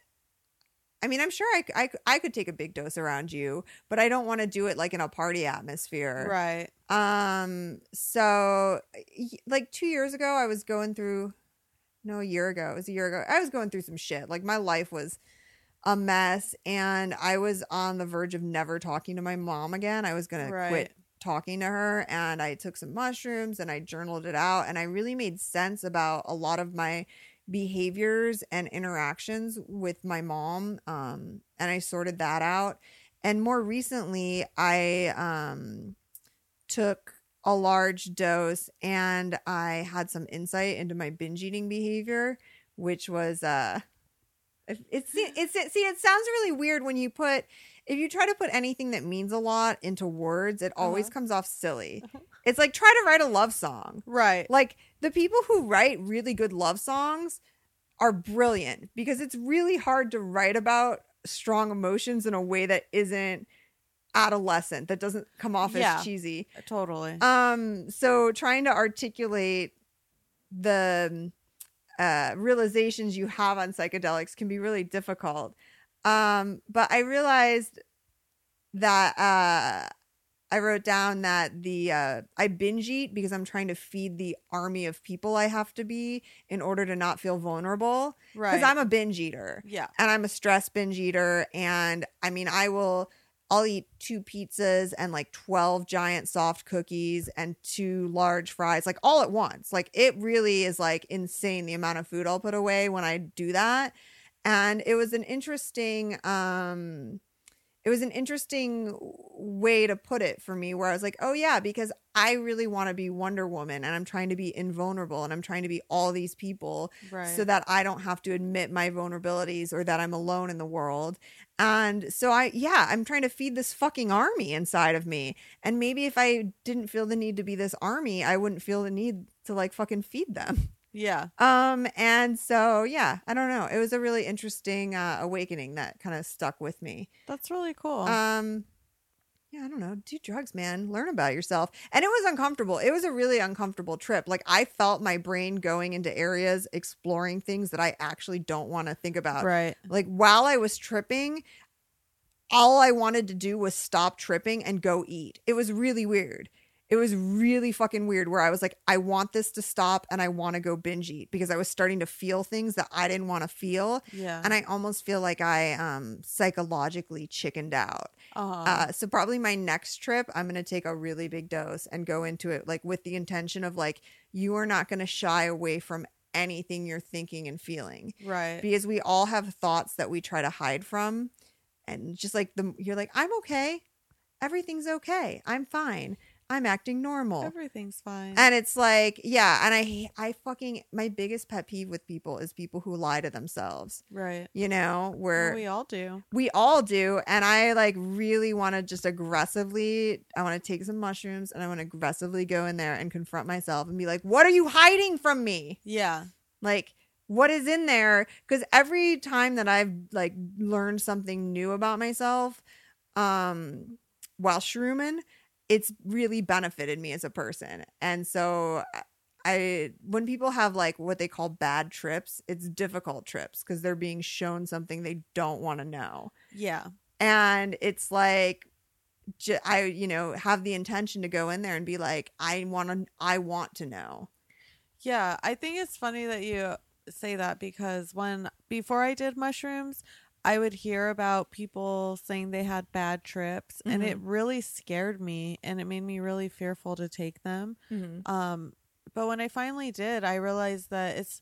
[SPEAKER 2] I mean, I'm sure I, c- I c- I could take a big dose around you, but I don't want to do it like in a party atmosphere.
[SPEAKER 1] Right.
[SPEAKER 2] Um, so y- like two years ago, I was going through, no, a year ago, it was a year ago. I was going through some shit. Like my life was a mess and I was on the verge of never talking to my mom again. I was going to
[SPEAKER 1] Right.
[SPEAKER 2] quit talking to her and I took some mushrooms and I journaled it out and I really made sense about a lot of my behaviors and interactions with my mom um and I sorted that out and more recently I um took a large dose and I had some insight into my binge eating behavior which was uh it- it's it's it, see it sounds really weird when you put if you try to put anything that means a lot into words it always
[SPEAKER 1] Uh-huh.
[SPEAKER 2] comes off silly it's like try to write a love song
[SPEAKER 1] Right.
[SPEAKER 2] like the people who write really good love songs are brilliant because it's really hard to write about strong emotions in a way that isn't adolescent that doesn't come off
[SPEAKER 1] Yeah.
[SPEAKER 2] as cheesy
[SPEAKER 1] Totally.
[SPEAKER 2] um, so trying to articulate the uh, realizations you have on psychedelics can be really difficult. Um, but I realized that uh, I wrote down that the uh, I binge eat because I'm trying to feed the army of people I have to be in order to not feel vulnerable.
[SPEAKER 1] right.
[SPEAKER 2] Because I'm a binge eater
[SPEAKER 1] yeah.
[SPEAKER 2] and I'm a stress binge eater. And I mean, I will, I'll eat two pizzas and like 12 giant soft cookies and two large fries, like all at once. Like it really is like insane the amount of food I'll put away when I do that. And it was an interesting, um, it was an interesting way to put it for me where I was like, oh, yeah, because I really want to be Wonder Woman and I'm trying to be invulnerable and I'm trying to be all these people
[SPEAKER 1] Right.
[SPEAKER 2] so that I don't have to admit my vulnerabilities or that I'm alone in the world. And so I, yeah, I'm trying to feed this fucking army inside of me. And maybe if I didn't feel the need to be this army, I wouldn't feel the need to like fucking feed them.
[SPEAKER 1] yeah.
[SPEAKER 2] Um, and so yeah, I don't know. It was a really interesting uh, awakening that kind of stuck with me.
[SPEAKER 1] That's really cool.
[SPEAKER 2] Um, yeah, I don't know. Do drugs, man. Learn about yourself. And it was uncomfortable. It was a really uncomfortable trip. Like I felt my brain going into areas, exploring things that I actually don't want to think about.
[SPEAKER 1] right.
[SPEAKER 2] Like while I was tripping, all I wanted to do was stop tripping and go eat. It was really weird. It was really fucking weird where I was like, I want this to stop and I want to go binge eat because I was starting to feel things that I didn't want to feel.
[SPEAKER 1] Yeah.
[SPEAKER 2] And I almost feel like I um, psychologically chickened out.
[SPEAKER 1] uh-huh.
[SPEAKER 2] Uh, so probably my next trip, I'm gonna take a really big dose and go into it like with the intention of like you are not gonna shy away from anything you're thinking and feeling
[SPEAKER 1] right.
[SPEAKER 2] because we all have thoughts that we try to hide from, and just like the you're like I'm okay, everything's okay, I'm fine. I'm acting normal.
[SPEAKER 1] Everything's fine.
[SPEAKER 2] And it's like, yeah, and I I fucking my biggest pet peeve with people is people who lie to themselves.
[SPEAKER 1] right.
[SPEAKER 2] You know, where
[SPEAKER 1] Well, we all do.
[SPEAKER 2] we all do and I like really want to just aggressively I want to take some mushrooms and I want to aggressively go in there and confront myself and be like, "What are you hiding from me?"
[SPEAKER 1] Yeah.
[SPEAKER 2] Like what is in there? Cuz every time that I've like learned something new about myself um while shrooming, it's really benefited me as a person. And so I- I when people have like what they call bad trips, it's difficult trips cuz they're being shown something they don't want to know
[SPEAKER 1] Yeah.
[SPEAKER 2] and it's like j- i you know have the intention to go in there and be like i want to i want to know
[SPEAKER 1] Yeah, I think it's funny that you say that because when before I did mushrooms, I would hear about people saying they had bad trips and it really scared me and it made me really fearful to take them. Um but when I finally did, I realized that it's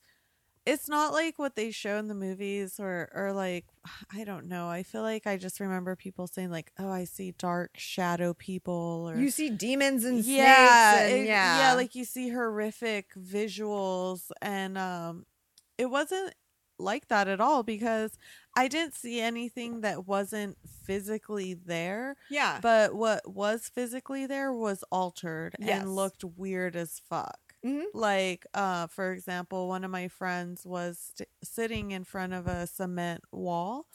[SPEAKER 1] it's not like what they show in the movies or or like I don't know. I feel like I just remember people saying like, "Oh, I see dark shadow people" or
[SPEAKER 2] you see demons and snakes and
[SPEAKER 1] it-
[SPEAKER 2] yeah
[SPEAKER 1] yeah, like you see horrific visuals, and um, it wasn't like that at all because I didn't see anything that wasn't physically there.
[SPEAKER 2] yeah
[SPEAKER 1] But what was physically there was altered
[SPEAKER 2] Yes.
[SPEAKER 1] and looked weird as fuck.
[SPEAKER 2] Mhm.
[SPEAKER 1] Like, uh, for example, one of my friends was st- sitting in front of a cement wall,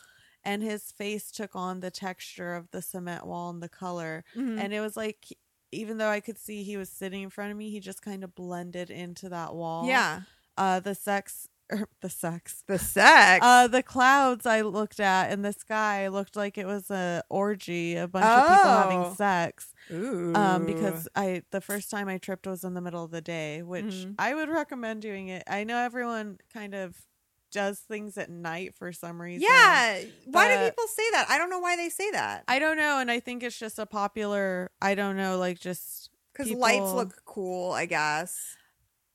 [SPEAKER 1] and his face took on the texture of the cement wall and the color.
[SPEAKER 2] Mhm.
[SPEAKER 1] And it was like, even though I could see he was sitting in front of me, he just kind of blended into that wall.
[SPEAKER 2] yeah
[SPEAKER 1] Uh, the sex, er, the sex,
[SPEAKER 2] the sex
[SPEAKER 1] uh, the clouds I looked at in the sky looked like it was a orgy, a bunch of people
[SPEAKER 2] Oh.
[SPEAKER 1] having sex.
[SPEAKER 2] Ooh.
[SPEAKER 1] Um, because I the first time I tripped was in the middle of the day, which
[SPEAKER 2] Mhm.
[SPEAKER 1] I would recommend doing it. I know everyone kind of does things at night for some reason.
[SPEAKER 2] yeah why do
[SPEAKER 1] but-
[SPEAKER 2] people say that i don't know why they say that
[SPEAKER 1] I don't know, and I think it's just a popular. I don't know, like just
[SPEAKER 2] because lights
[SPEAKER 1] people-
[SPEAKER 2] look cool i guess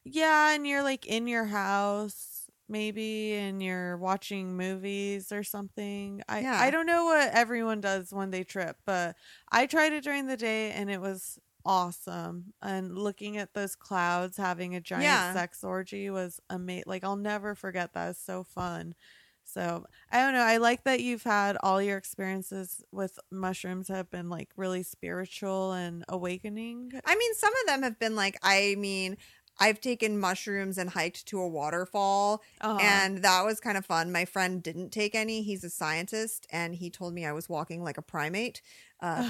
[SPEAKER 1] yeah, and you're like in your house maybe, and you're watching movies or something. I
[SPEAKER 2] Yeah.
[SPEAKER 1] I don't know what everyone does when they trip, but I tried it during the day, and it was awesome. And looking at those clouds, having a giant
[SPEAKER 2] Yeah.
[SPEAKER 1] sex orgy was amazing. Like I'll never forget that. It's so fun. So I don't know. I like that you've had all your experiences with mushrooms have been like really spiritual and awakening.
[SPEAKER 2] I mean, some of them have been like, I mean, I've taken mushrooms and hiked to a waterfall,
[SPEAKER 1] Uh-huh.
[SPEAKER 2] and that was kind of fun. My friend didn't take any. He's a scientist, and he told me I was walking like a primate uh,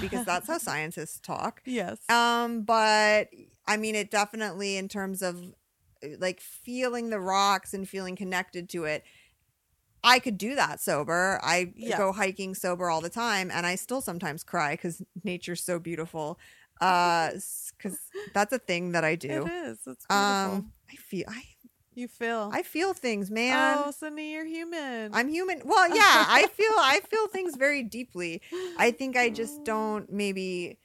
[SPEAKER 2] because that's how scientists talk.
[SPEAKER 1] yes.
[SPEAKER 2] Um, but I mean, it definitely, in terms of uh, like feeling the rocks and feeling connected to it, I could do that sober. I
[SPEAKER 1] Yeah.
[SPEAKER 2] go hiking sober all the time, and I still sometimes cry because nature's so beautiful. Because that's a thing that I do.
[SPEAKER 1] It is. It's beautiful.
[SPEAKER 2] Um, I feel I
[SPEAKER 1] you feel.
[SPEAKER 2] I feel things, man.
[SPEAKER 1] oh, Cindy, you're human.
[SPEAKER 2] I'm human. Well, yeah, I feel I feel things very deeply. I think I just don't maybe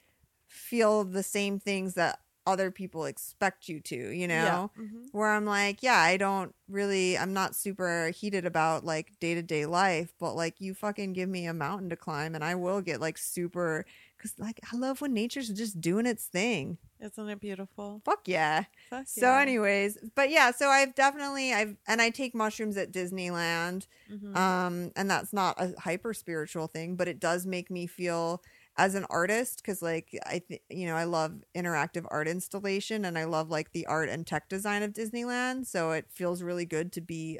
[SPEAKER 2] feel the same things that other people expect you to, you know?
[SPEAKER 1] Yeah. Mhm.
[SPEAKER 2] Where I'm like, yeah, I don't really I'm not super heated about like day-to-day life, but like you fucking give me a mountain to climb and I will get like super cuz like I love when nature's just doing its thing.
[SPEAKER 1] Isn't it beautiful?
[SPEAKER 2] Fuck yeah.
[SPEAKER 1] Fuck
[SPEAKER 2] So
[SPEAKER 1] yeah.
[SPEAKER 2] anyways, but yeah, so I've definitely I've and I take mushrooms at Disneyland
[SPEAKER 1] Mhm.
[SPEAKER 2] um and that's not a hyper spiritual thing but it does make me feel as an artist because like i th- you know i love interactive art installation and i love like the art and tech design of disneyland so it feels really good to be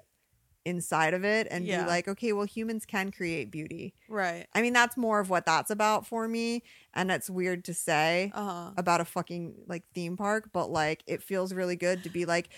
[SPEAKER 2] inside of it and
[SPEAKER 1] Yeah.
[SPEAKER 2] be like okay well humans can create beauty
[SPEAKER 1] right.
[SPEAKER 2] i mean that's more of what that's about for me and it's weird to say
[SPEAKER 1] Uh huh.
[SPEAKER 2] about a fucking like theme park, but like it feels really good to be like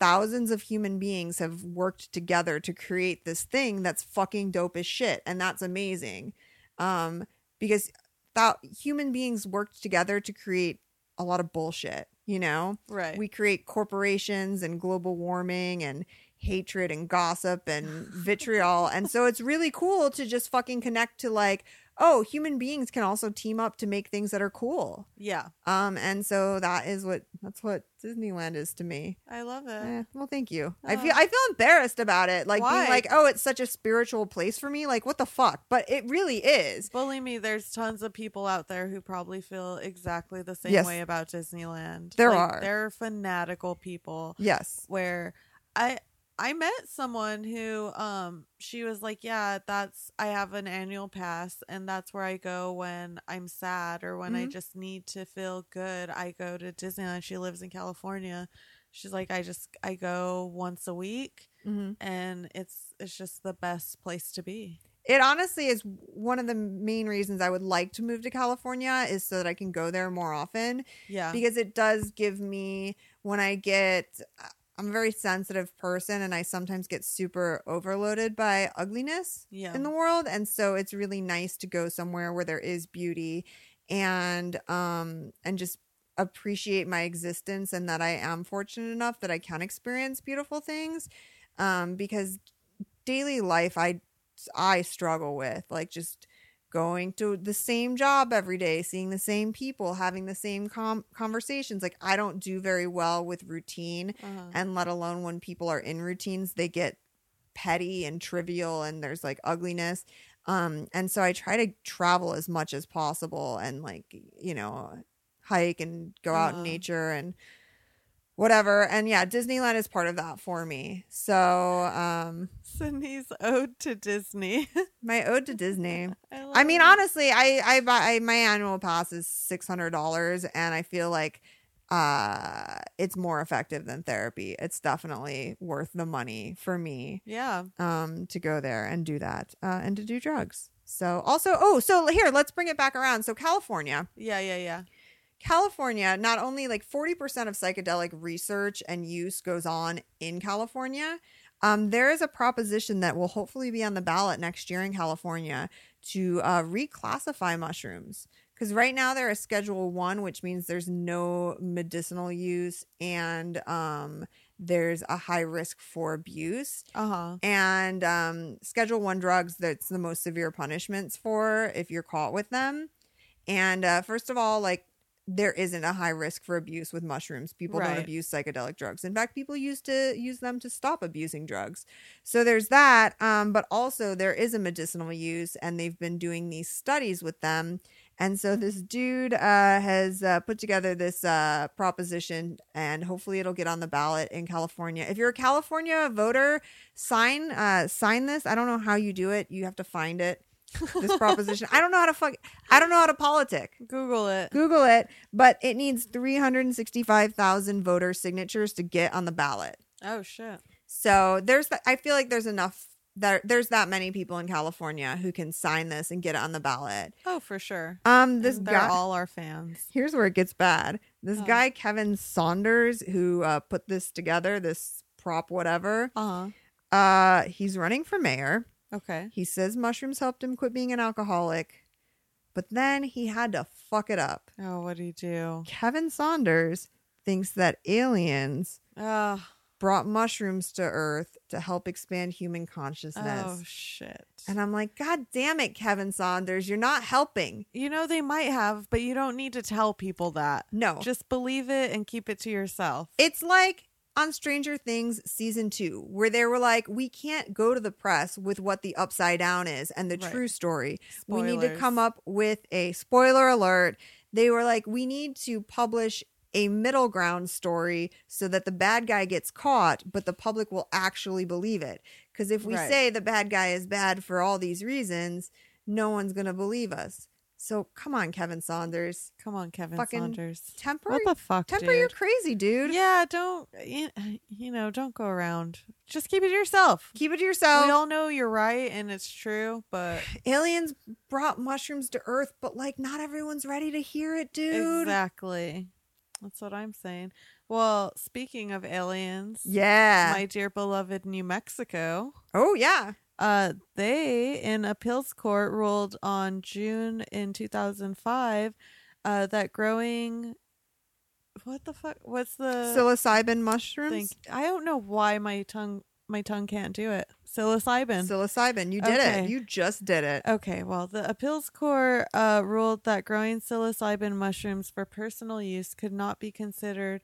[SPEAKER 2] thousands of human beings have worked together to create this thing that's fucking dope as shit and that's amazing. Um because thou- human beings worked together to create a lot of bullshit, you know?
[SPEAKER 1] Right.
[SPEAKER 2] We create corporations and global warming and hatred and gossip and vitriol. and so it's really cool to just fucking connect to like oh, human beings can also team up to make things that are cool.
[SPEAKER 1] Yeah,
[SPEAKER 2] Um, and so that is what that's what Disneyland is to me.
[SPEAKER 1] I love it.
[SPEAKER 2] Eh, well, thank you. I
[SPEAKER 1] Oh.
[SPEAKER 2] feel I feel embarrassed about it, like
[SPEAKER 1] Why?
[SPEAKER 2] being like, oh, it's such a spiritual place for me. Like, what the fuck? But it really is.
[SPEAKER 1] Believe me, there's tons of people out there who probably feel exactly the same
[SPEAKER 2] Yes.
[SPEAKER 1] way about Disneyland.
[SPEAKER 2] There
[SPEAKER 1] Like,
[SPEAKER 2] are.
[SPEAKER 1] They're fanatical people.
[SPEAKER 2] Yes.
[SPEAKER 1] where I I met someone who um she was like, "Yeah, that's I have an annual pass and that's where I go when I'm sad or when I
[SPEAKER 2] Mhm.
[SPEAKER 1] just need to feel good. I go to Disneyland. She lives in California. She's like, "I just I go once a week
[SPEAKER 2] Mm-hmm.
[SPEAKER 1] and it's it's just the best place to be."
[SPEAKER 2] It honestly is one of the main reasons I would like to move to California is so that I can go there more often
[SPEAKER 1] Yeah.
[SPEAKER 2] because it does give me when I get. uh, I'm a very sensitive person, and I sometimes get super overloaded by ugliness.
[SPEAKER 1] yeah.
[SPEAKER 2] in the world and so it's really nice to go somewhere where there is beauty and um and just appreciate my existence and that I am fortunate enough that I can experience beautiful things um because daily life I I struggle with like just going to the same job every day seeing the same people having the same com- conversations like I don't do very well with routine
[SPEAKER 1] uh-huh.
[SPEAKER 2] and let alone when people are in routines they get petty and trivial and there's like ugliness um and so i try to travel as much as possible and like you know hike and go out in
[SPEAKER 1] Uh-huh.
[SPEAKER 2] nature and whatever and yeah disneyland is part of that for me so um
[SPEAKER 1] Sydney's ode to Disney.
[SPEAKER 2] my ode to disney
[SPEAKER 1] love
[SPEAKER 2] I mean,
[SPEAKER 1] it.
[SPEAKER 2] honestly, I I buy I, my annual pass is six hundred dollars, and I feel like uh it's more effective than therapy. It's definitely worth the money for me
[SPEAKER 1] Yeah.
[SPEAKER 2] um to go there and do that uh, and to do drugs. So also, oh, so here let's bring it back around. So California,
[SPEAKER 1] Yeah, yeah, yeah.
[SPEAKER 2] California, not only like 40% of psychedelic research and use goes on in California, um, there is a proposition that will hopefully be on the ballot next year in California to uh, reclassify mushrooms. Because right now they're a Schedule One, which means there's no medicinal use and um, there's a high risk for abuse
[SPEAKER 1] Uh-huh.
[SPEAKER 2] and um, schedule one drugs that's the most severe punishments for if you're caught with them and uh, first of all like there isn't a high risk for abuse with mushrooms people
[SPEAKER 1] Right.
[SPEAKER 2] don't abuse psychedelic drugs in fact people used to use them to stop abusing drugs so there's that um, but also there is a medicinal use and they've been doing these studies with them and so this dude uh, has uh, put together this uh, proposition, and hopefully it'll get on the ballot in California. If you're a California voter, sign uh, sign this. I don't know how you do it. You have to find it. This proposition. I don't know how to fuck. I don't know how to politic.
[SPEAKER 1] Google it.
[SPEAKER 2] Google it, but it needs three hundred sixty-five thousand voter signatures to get on the ballot.
[SPEAKER 1] Oh shit.
[SPEAKER 2] So there's that. I feel like there's enough. There, there's that many people in California who can sign this and get it on the ballot.
[SPEAKER 1] Oh, for sure.
[SPEAKER 2] Um, this
[SPEAKER 1] And they're
[SPEAKER 2] guy.
[SPEAKER 1] all our fans.
[SPEAKER 2] Here's where it gets bad. This
[SPEAKER 1] Oh.
[SPEAKER 2] guy Kevin Saunders, who uh, put this together, this prop whatever,
[SPEAKER 1] Uh
[SPEAKER 2] uh, he's running for mayor.
[SPEAKER 1] huh. Okay.
[SPEAKER 2] He says mushrooms helped him quit being an alcoholic, but then he had to fuck it up.
[SPEAKER 1] Oh, what do you do?
[SPEAKER 2] Kevin Saunders thinks that aliens
[SPEAKER 1] Oh,
[SPEAKER 2] brought mushrooms to Earth to help expand human consciousness.
[SPEAKER 1] oh shit.
[SPEAKER 2] And I'm like, God damn it, Kevin Saunders, you're not helping.
[SPEAKER 1] You know they might have, but you don't need to tell people that.
[SPEAKER 2] No.
[SPEAKER 1] Just believe it and keep it to yourself.
[SPEAKER 2] It's like on Stranger Things season two, where they were like, we can't go to the press with what the upside down is and the
[SPEAKER 1] Right.
[SPEAKER 2] true story. We need to
[SPEAKER 1] Spoilers.
[SPEAKER 2] come up with a spoiler alert. They were like, we need to publish a middle ground story so that the bad guy gets caught, but the public will actually believe it. Because if we
[SPEAKER 1] Right.
[SPEAKER 2] say the bad guy is bad for all these reasons, no one's going to believe us. So come on, Kevin Saunders.
[SPEAKER 1] Come on, Kevin
[SPEAKER 2] Fucking
[SPEAKER 1] Saunders.
[SPEAKER 2] Temper,
[SPEAKER 1] What the fuck,
[SPEAKER 2] temper
[SPEAKER 1] dude?
[SPEAKER 2] your crazy, dude.
[SPEAKER 1] yeah, don't you, you know? Don't go around. Just keep it to yourself.
[SPEAKER 2] Keep it to yourself.
[SPEAKER 1] we all know you're right and it's true, but
[SPEAKER 2] aliens brought mushrooms to earth but like not everyone's ready to hear it dude
[SPEAKER 1] exactly. That's what I'm saying. Well, speaking of aliens,
[SPEAKER 2] yeah
[SPEAKER 1] my dear beloved New Mexico.
[SPEAKER 2] oh yeah
[SPEAKER 1] Uh, they in appeals court ruled on June in 2005 uh, that growing what the fuck what's the
[SPEAKER 2] psilocybin mushrooms
[SPEAKER 1] thing? I don't know why my tongue my tongue can't do it. psilocybin.
[SPEAKER 2] Psilocybin, you did
[SPEAKER 1] Okay.
[SPEAKER 2] it. You just did it.
[SPEAKER 1] Okay, well, the appeals court uh, ruled that growing psilocybin mushrooms for personal use could not be considered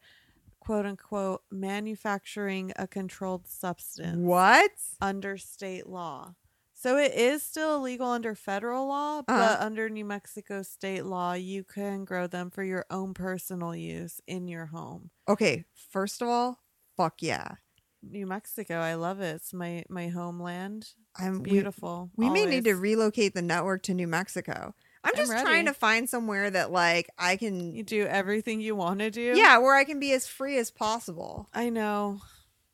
[SPEAKER 1] "quote unquote" manufacturing a controlled substance
[SPEAKER 2] What?
[SPEAKER 1] under state law. So it is still illegal under federal law, but
[SPEAKER 2] Uh-huh.
[SPEAKER 1] under New Mexico state law, you can grow them for your own personal use in your home.
[SPEAKER 2] Okay, first of all, fuck yeah.
[SPEAKER 1] New Mexico, I love it. It's my my homeland.
[SPEAKER 2] I'm we-
[SPEAKER 1] Beautiful.
[SPEAKER 2] We, may need to
[SPEAKER 1] always.
[SPEAKER 2] relocate the network to New Mexico. I'm
[SPEAKER 1] I'm
[SPEAKER 2] just
[SPEAKER 1] ready.
[SPEAKER 2] trying to find somewhere that like I
[SPEAKER 1] you
[SPEAKER 2] can
[SPEAKER 1] do everything you want to do.
[SPEAKER 2] Yeah, where I can be as free as possible.
[SPEAKER 1] I know.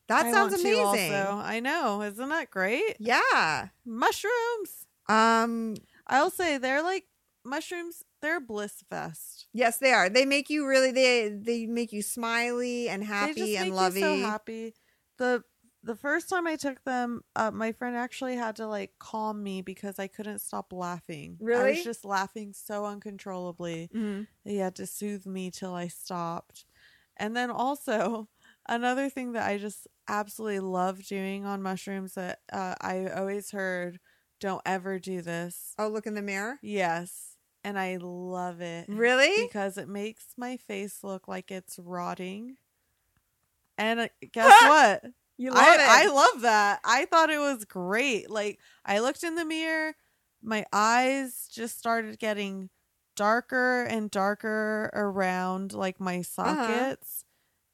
[SPEAKER 2] That
[SPEAKER 1] I
[SPEAKER 2] sounds
[SPEAKER 1] want to
[SPEAKER 2] amazing.
[SPEAKER 1] also. I know. Isn't that great?
[SPEAKER 2] Yeah.
[SPEAKER 1] Mushrooms.
[SPEAKER 2] Um
[SPEAKER 1] I'll say they're like mushrooms. They're a bliss fest.
[SPEAKER 2] yes, they are. They make you really they they make you smiley and
[SPEAKER 1] they just
[SPEAKER 2] happy
[SPEAKER 1] make
[SPEAKER 2] and
[SPEAKER 1] you
[SPEAKER 2] lovey.
[SPEAKER 1] so happy. The the first time I took them, uh, my friend actually had to like calm me because I couldn't stop laughing. I was
[SPEAKER 2] Really?
[SPEAKER 1] just laughing so uncontrollably.
[SPEAKER 2] Mhm.
[SPEAKER 1] He had to soothe me till I stopped. And then also, another thing that I just absolutely love doing on mushrooms that uh, I always heard don't ever do this.
[SPEAKER 2] Oh, look in the mirror.
[SPEAKER 1] Yes. And I love it.
[SPEAKER 2] Really?
[SPEAKER 1] Because it makes my face look like it's rotting. And uh, guess what?
[SPEAKER 2] You
[SPEAKER 1] I, I love that. I thought it was great. Like I looked in the mirror, my eyes just started getting darker and darker around like my sockets.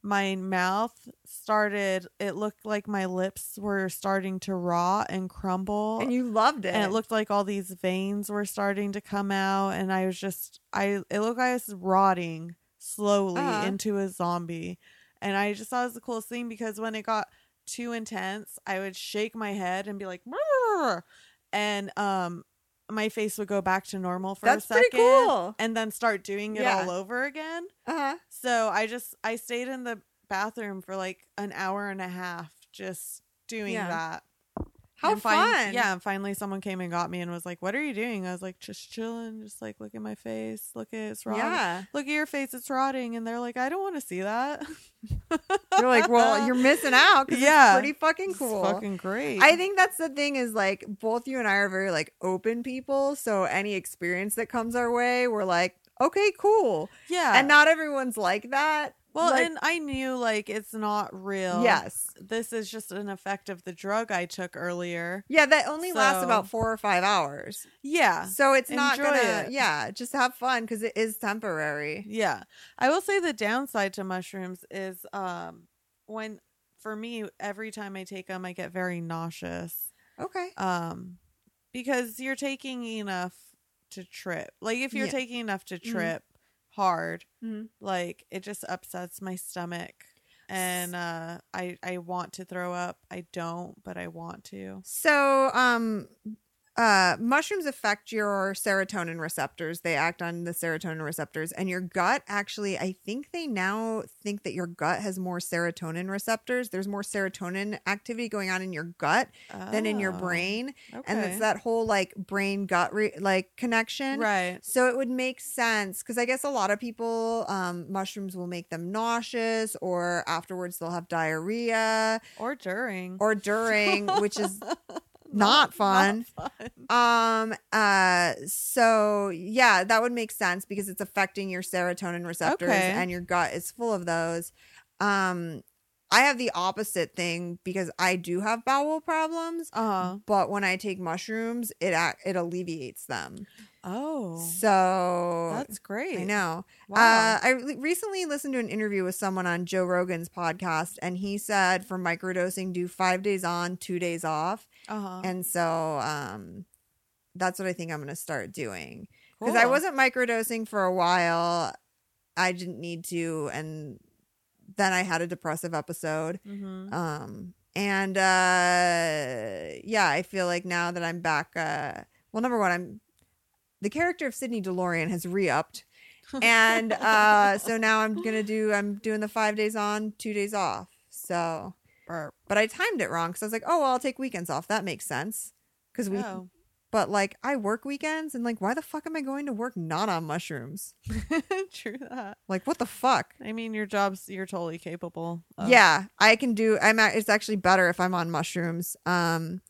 [SPEAKER 1] My mouth started it looked like my lips were starting to rot and crumble.
[SPEAKER 2] and you loved it.
[SPEAKER 1] and it looked like all these veins were starting to come out and I was just I it looked like I was rotting slowly
[SPEAKER 2] Uh-huh.
[SPEAKER 1] into a zombie. And I just thought it was the coolest thing because when it got too intense, I would shake my head and be like "Brrr," and um my face would go back to normal for
[SPEAKER 2] That's
[SPEAKER 1] a second
[SPEAKER 2] pretty cool.
[SPEAKER 1] and then start doing it
[SPEAKER 2] Yeah.
[SPEAKER 1] all over again.
[SPEAKER 2] Uh-huh.
[SPEAKER 1] So I just I stayed in the bathroom for like an hour and a half just doing
[SPEAKER 2] Yeah.
[SPEAKER 1] that.
[SPEAKER 2] How
[SPEAKER 1] And fin-
[SPEAKER 2] fun.
[SPEAKER 1] yeah, and finally someone came and got me and was like, "What are you doing?" I was like, "Just chilling, just like look at my face, look at it's rotting,
[SPEAKER 2] Yeah.
[SPEAKER 1] look at your face, it's rotting." And they're like, "I don't want to see that."
[SPEAKER 2] You're like, well, you're missing out because
[SPEAKER 1] Yeah.
[SPEAKER 2] it's pretty fucking
[SPEAKER 1] It's
[SPEAKER 2] cool.
[SPEAKER 1] fucking great.
[SPEAKER 2] I think that's the thing is like both you and I are very like open people. So any experience that comes our way, we're like, okay, cool.
[SPEAKER 1] yeah,
[SPEAKER 2] And not everyone's like that.
[SPEAKER 1] well,
[SPEAKER 2] like-
[SPEAKER 1] and I knew like it's not real.
[SPEAKER 2] yes.
[SPEAKER 1] this is just an effect of the drug I took earlier.
[SPEAKER 2] Yeah, that only lasts
[SPEAKER 1] So-
[SPEAKER 2] about four or five hours.
[SPEAKER 1] Yeah,
[SPEAKER 2] So it's not
[SPEAKER 1] Enjoy
[SPEAKER 2] gonna,
[SPEAKER 1] it.
[SPEAKER 2] yeah, just have fun because it is temporary.
[SPEAKER 1] Yeah. I will say the downside to mushrooms is um when for me every time I take them I get very nauseous.
[SPEAKER 2] Okay.
[SPEAKER 1] Um because you're taking enough to trip. Like if you're
[SPEAKER 2] Yeah. Mm-hmm.
[SPEAKER 1] taking enough to
[SPEAKER 2] Mhm.
[SPEAKER 1] trip hard, like it just upsets my stomach and uh I I want to throw up. I don't, but I want to.
[SPEAKER 2] So, um, uh, mushrooms affect your serotonin receptors. They act on the serotonin receptors, and your gut actually. I think they now think that your gut has more serotonin receptors. There's more serotonin activity going on in your gut than in your
[SPEAKER 1] Oh,
[SPEAKER 2] brain, and
[SPEAKER 1] okay.
[SPEAKER 2] it's that whole like brain gut re- like connection.
[SPEAKER 1] Right.
[SPEAKER 2] So it would make sense because I guess a lot of people, um, mushrooms will make them nauseous, or afterwards they'll have diarrhea,
[SPEAKER 1] Or during.
[SPEAKER 2] or during, which is not fun.
[SPEAKER 1] Not fun.
[SPEAKER 2] Um uh so yeah, that would make sense because it's affecting your serotonin receptors
[SPEAKER 1] Okay.
[SPEAKER 2] and your gut is full of those. Um I have the opposite thing because I do have bowel problems,
[SPEAKER 1] Uh-huh.
[SPEAKER 2] but when I take mushrooms, it ac- it alleviates them.
[SPEAKER 1] Oh.
[SPEAKER 2] So
[SPEAKER 1] That's great.
[SPEAKER 2] I know.
[SPEAKER 1] Wow.
[SPEAKER 2] Uh, I re- recently listened to an interview with someone on Joe Rogan's podcast, and he said for microdosing, do five days on, two days off.
[SPEAKER 1] Uh-huh.
[SPEAKER 2] And so um that's what I think I'm going to start doing. Cuz I
[SPEAKER 1] Cool.
[SPEAKER 2] wasn't microdosing for a while. I didn't need to and then I had a depressive episode.
[SPEAKER 1] Mhm.
[SPEAKER 2] Um and uh yeah, I feel like now that I'm back uh well number one I'm the character of Sydney DeLorean has re-upped. and uh so now I'm going to do I'm doing the 5 days on, 2 days off. So
[SPEAKER 1] Burp.
[SPEAKER 2] but I timed it wrong because I was like, oh, well, I'll take weekends off. That makes sense. Because we,
[SPEAKER 1] Oh.
[SPEAKER 2] but like, I work weekends and like, why the fuck am I going to work not on mushrooms?
[SPEAKER 1] True that.
[SPEAKER 2] Like, what the fuck?
[SPEAKER 1] I mean, your job's you're totally capable. Of.
[SPEAKER 2] Yeah, I can do. I'm. a- It's actually better if I'm on mushrooms. Um,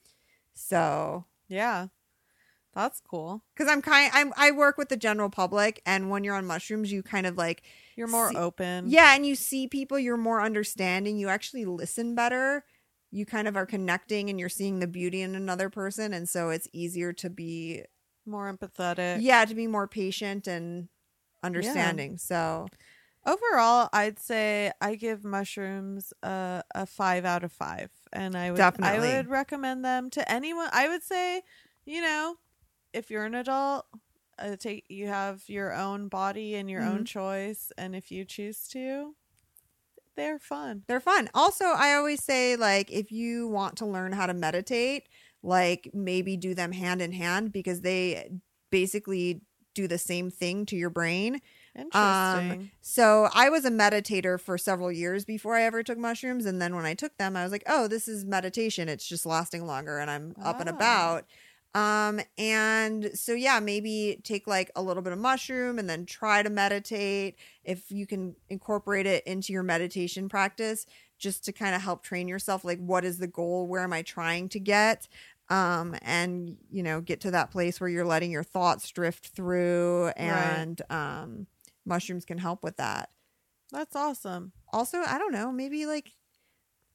[SPEAKER 2] So
[SPEAKER 1] Yeah. That's cool.
[SPEAKER 2] because I'm kind, I'm I work with the general public, and when you're on mushrooms, you kind of like
[SPEAKER 1] You're more
[SPEAKER 2] See-
[SPEAKER 1] open.
[SPEAKER 2] yeah, and you see people, you're more understanding, you actually listen better, you kind of are connecting, and you're seeing the beauty in another person, and so it's easier to be
[SPEAKER 1] More empathetic.
[SPEAKER 2] yeah to be more patient and understanding. So
[SPEAKER 1] Overall, I'd say I give mushrooms a, a five out of five, and I would
[SPEAKER 2] Definitely.
[SPEAKER 1] I would recommend them to anyone. I would say, you know, if you're an adult, uh, take you have your own body and your
[SPEAKER 2] Mm-hmm.
[SPEAKER 1] own choice, and if you choose to, they're fun.
[SPEAKER 2] They're fun. Also, I always say like if you want to learn how to meditate, like maybe do them hand in hand because they basically do the same thing to your brain.
[SPEAKER 1] Interesting.
[SPEAKER 2] So, I was a meditator for several years before I ever took mushrooms and then when I took them, I was like, "Oh, this is meditation. It's just lasting longer and I'm up and
[SPEAKER 1] Wow.
[SPEAKER 2] about." Um and so yeah, maybe take like a little bit of mushroom and then try to meditate if you can incorporate it into your meditation practice just to kind of help train yourself like what is the goal where am i trying to get um and you know get to that place where you're letting your thoughts drift through and um mushrooms can help with that
[SPEAKER 1] That's awesome.
[SPEAKER 2] also i don't know maybe like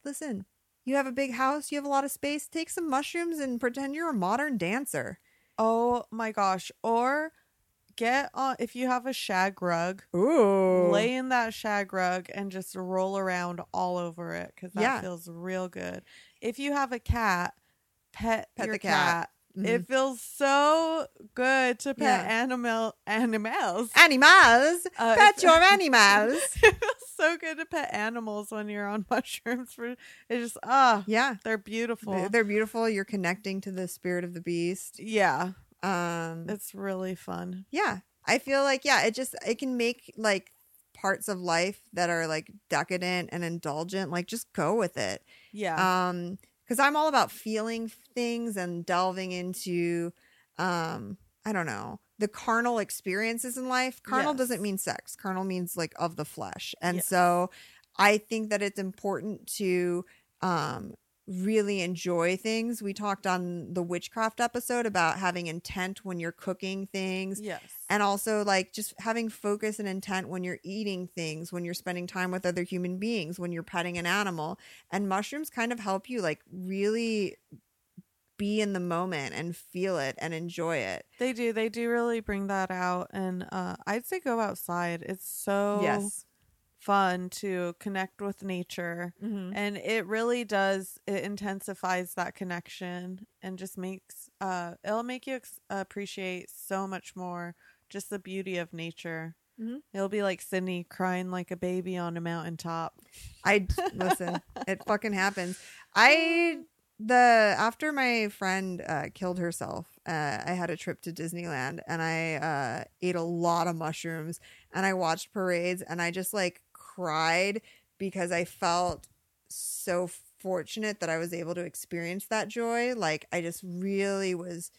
[SPEAKER 2] listen you have a big house you have a lot of space take some mushrooms and pretend you're a modern dancer
[SPEAKER 1] Oh my gosh! Or get on if you have a shag rug.
[SPEAKER 2] ooh
[SPEAKER 1] lay in that shag rug and just roll around all over it because that
[SPEAKER 2] Yeah.
[SPEAKER 1] feels real good. If you have a cat, pet,
[SPEAKER 2] Pet
[SPEAKER 1] your
[SPEAKER 2] the cat. Mm-hmm.
[SPEAKER 1] cat. It feels so good to pet
[SPEAKER 2] Yeah.
[SPEAKER 1] animal animals.
[SPEAKER 2] animals
[SPEAKER 1] Uh,
[SPEAKER 2] pet
[SPEAKER 1] if-
[SPEAKER 2] your animals
[SPEAKER 1] it feels so good to pet animals when you're on mushrooms. For it's just ah,
[SPEAKER 2] yeah
[SPEAKER 1] they're beautiful.
[SPEAKER 2] They're- they're beautiful you're connecting to the spirit of the beast
[SPEAKER 1] yeah,
[SPEAKER 2] um
[SPEAKER 1] it's really fun.
[SPEAKER 2] yeah i feel like yeah it just it can make like parts of life that are like decadent and indulgent like just go with it
[SPEAKER 1] Yeah,
[SPEAKER 2] um because i'm all about feeling things and delving into um i don't know the carnal experiences in life carnal
[SPEAKER 1] Yes.
[SPEAKER 2] doesn't mean sex carnal means like of the flesh and
[SPEAKER 1] Yes.
[SPEAKER 2] so i think that it's important to um really enjoy things we talked on the witchcraft episode about having intent when you're cooking things
[SPEAKER 1] yes,
[SPEAKER 2] and also like just having focus and intent when you're eating things when you're spending time with other human beings when you're petting an animal and mushrooms kind of help you like really be in the moment and feel it and enjoy it
[SPEAKER 1] they do. They do really bring that out, and uh, I'd say go outside. It's so
[SPEAKER 2] yes
[SPEAKER 1] fun to connect with nature
[SPEAKER 2] Mm-hmm.
[SPEAKER 1] and it really does it intensifies that connection and just makes uh it'll make you ex- appreciate so much more just the beauty of nature
[SPEAKER 2] Mhm.
[SPEAKER 1] it'll be like sydney crying like a baby on a mountaintop
[SPEAKER 2] i listen it fucking happens i the after my friend uh, killed herself uh, i had a trip to disneyland and i uh, ate a lot of mushrooms and i watched parades and i just like cried because i felt so fortunate that i was able to experience that joy like i just really was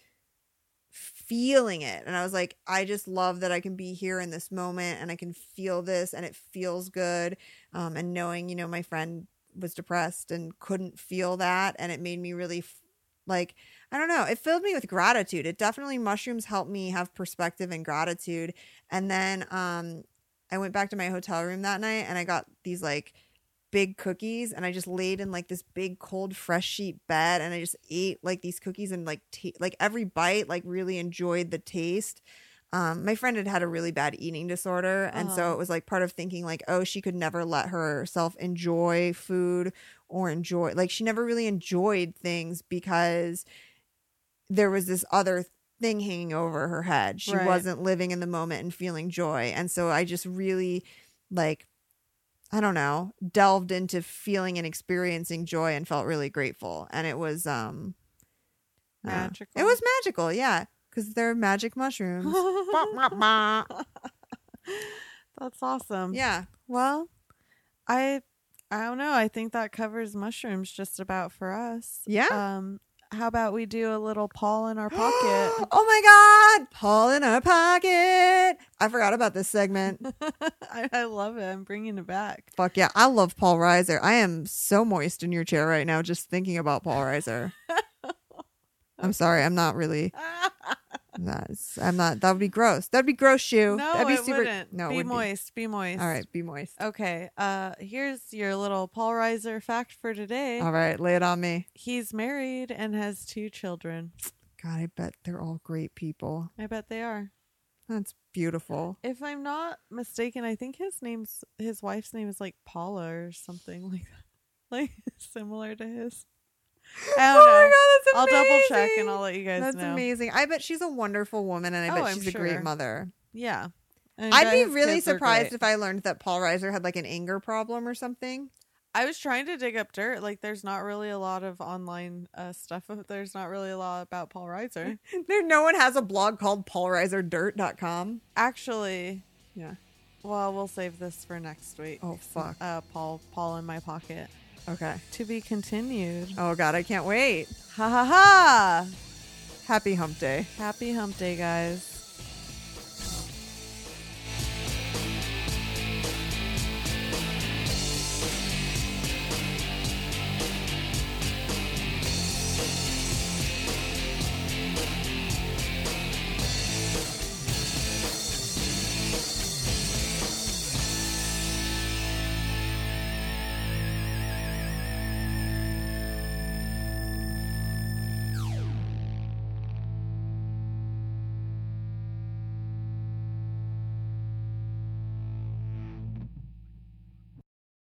[SPEAKER 2] feeling it and i was like i just love that i can be here in this moment and i can feel this and it feels good um, and knowing you know my friend was depressed and couldn't feel that and it made me really f- like i don't know it filled me with gratitude it definitely mushrooms helped me have perspective and gratitude and then um i went back to my hotel room that night and i got these like big cookies and i just laid in like this big cold fresh sheet bed and i just ate like these cookies and like ta- like every bite like really enjoyed the taste um, my friend had had a really bad eating disorder and
[SPEAKER 1] Oh.
[SPEAKER 2] so it was like part of thinking like oh she could never let herself enjoy food or enjoy like she never really enjoyed things because there was this other thing hanging over her head she
[SPEAKER 1] Right.
[SPEAKER 2] wasn't living in the moment and feeling joy and so i just really like i don't know delved into feeling and experiencing joy and felt really grateful and it was um uh,
[SPEAKER 1] Magical.
[SPEAKER 2] it was magical yeah because they're magic mushrooms Bah, bah, bah.
[SPEAKER 1] that's awesome
[SPEAKER 2] yeah
[SPEAKER 1] well i i don't know i think that covers mushrooms just about for us
[SPEAKER 2] Yeah.
[SPEAKER 1] um how about we do a little paul in our pocket
[SPEAKER 2] oh my god paul in our pocket i forgot about this segment
[SPEAKER 1] I, I love it i'm bringing it back
[SPEAKER 2] fuck yeah i love paul reiser i am so moist in your chair right now just thinking about paul reiser I'm sorry. I'm not really.
[SPEAKER 1] Ah,
[SPEAKER 2] I'm not. I'm not. That would be gross. That'd be gross, shoe.
[SPEAKER 1] no,
[SPEAKER 2] That'd be
[SPEAKER 1] it wouldn't.
[SPEAKER 2] No, it
[SPEAKER 1] be
[SPEAKER 2] would
[SPEAKER 1] moist. Be moist.
[SPEAKER 2] All right, be moist.
[SPEAKER 1] Okay. Uh, here's your little Paul Reiser fact for today.
[SPEAKER 2] All right, lay it on me.
[SPEAKER 1] He's married and has two children.
[SPEAKER 2] God, I bet they're all great people.
[SPEAKER 1] I bet they are.
[SPEAKER 2] That's beautiful.
[SPEAKER 1] If I'm not mistaken, I think his name's his wife's name is like Paula or something like that, like similar to his. I don't know.
[SPEAKER 2] Oh my
[SPEAKER 1] I'll
[SPEAKER 2] God,
[SPEAKER 1] double
[SPEAKER 2] that's
[SPEAKER 1] check and
[SPEAKER 2] amazing.
[SPEAKER 1] I'll let you guys
[SPEAKER 2] That's
[SPEAKER 1] know.
[SPEAKER 2] amazing. I bet she's a wonderful woman, and I
[SPEAKER 1] Oh,
[SPEAKER 2] bet
[SPEAKER 1] I'm
[SPEAKER 2] she's a great
[SPEAKER 1] sure.
[SPEAKER 2] mother.
[SPEAKER 1] Yeah, I
[SPEAKER 2] I'd be really surprised if I learned that Paul Reiser had like an anger problem or something.
[SPEAKER 1] I was trying to dig up dirt. Like, there's not really a lot of online uh, stuff. There's not really a lot about Paul Reiser.
[SPEAKER 2] There, no one has a blog called PaulReiserDirt.com.
[SPEAKER 1] Actually,
[SPEAKER 2] Yeah.
[SPEAKER 1] well, we'll save this for next week.
[SPEAKER 2] Oh fuck.
[SPEAKER 1] Uh, Paul, Paul in my pocket.
[SPEAKER 2] Okay.
[SPEAKER 1] To be continued.
[SPEAKER 2] Oh god, I can't wait.
[SPEAKER 1] Ha ha ha!
[SPEAKER 2] Happy Hump Day.
[SPEAKER 1] Happy Hump Day, guys.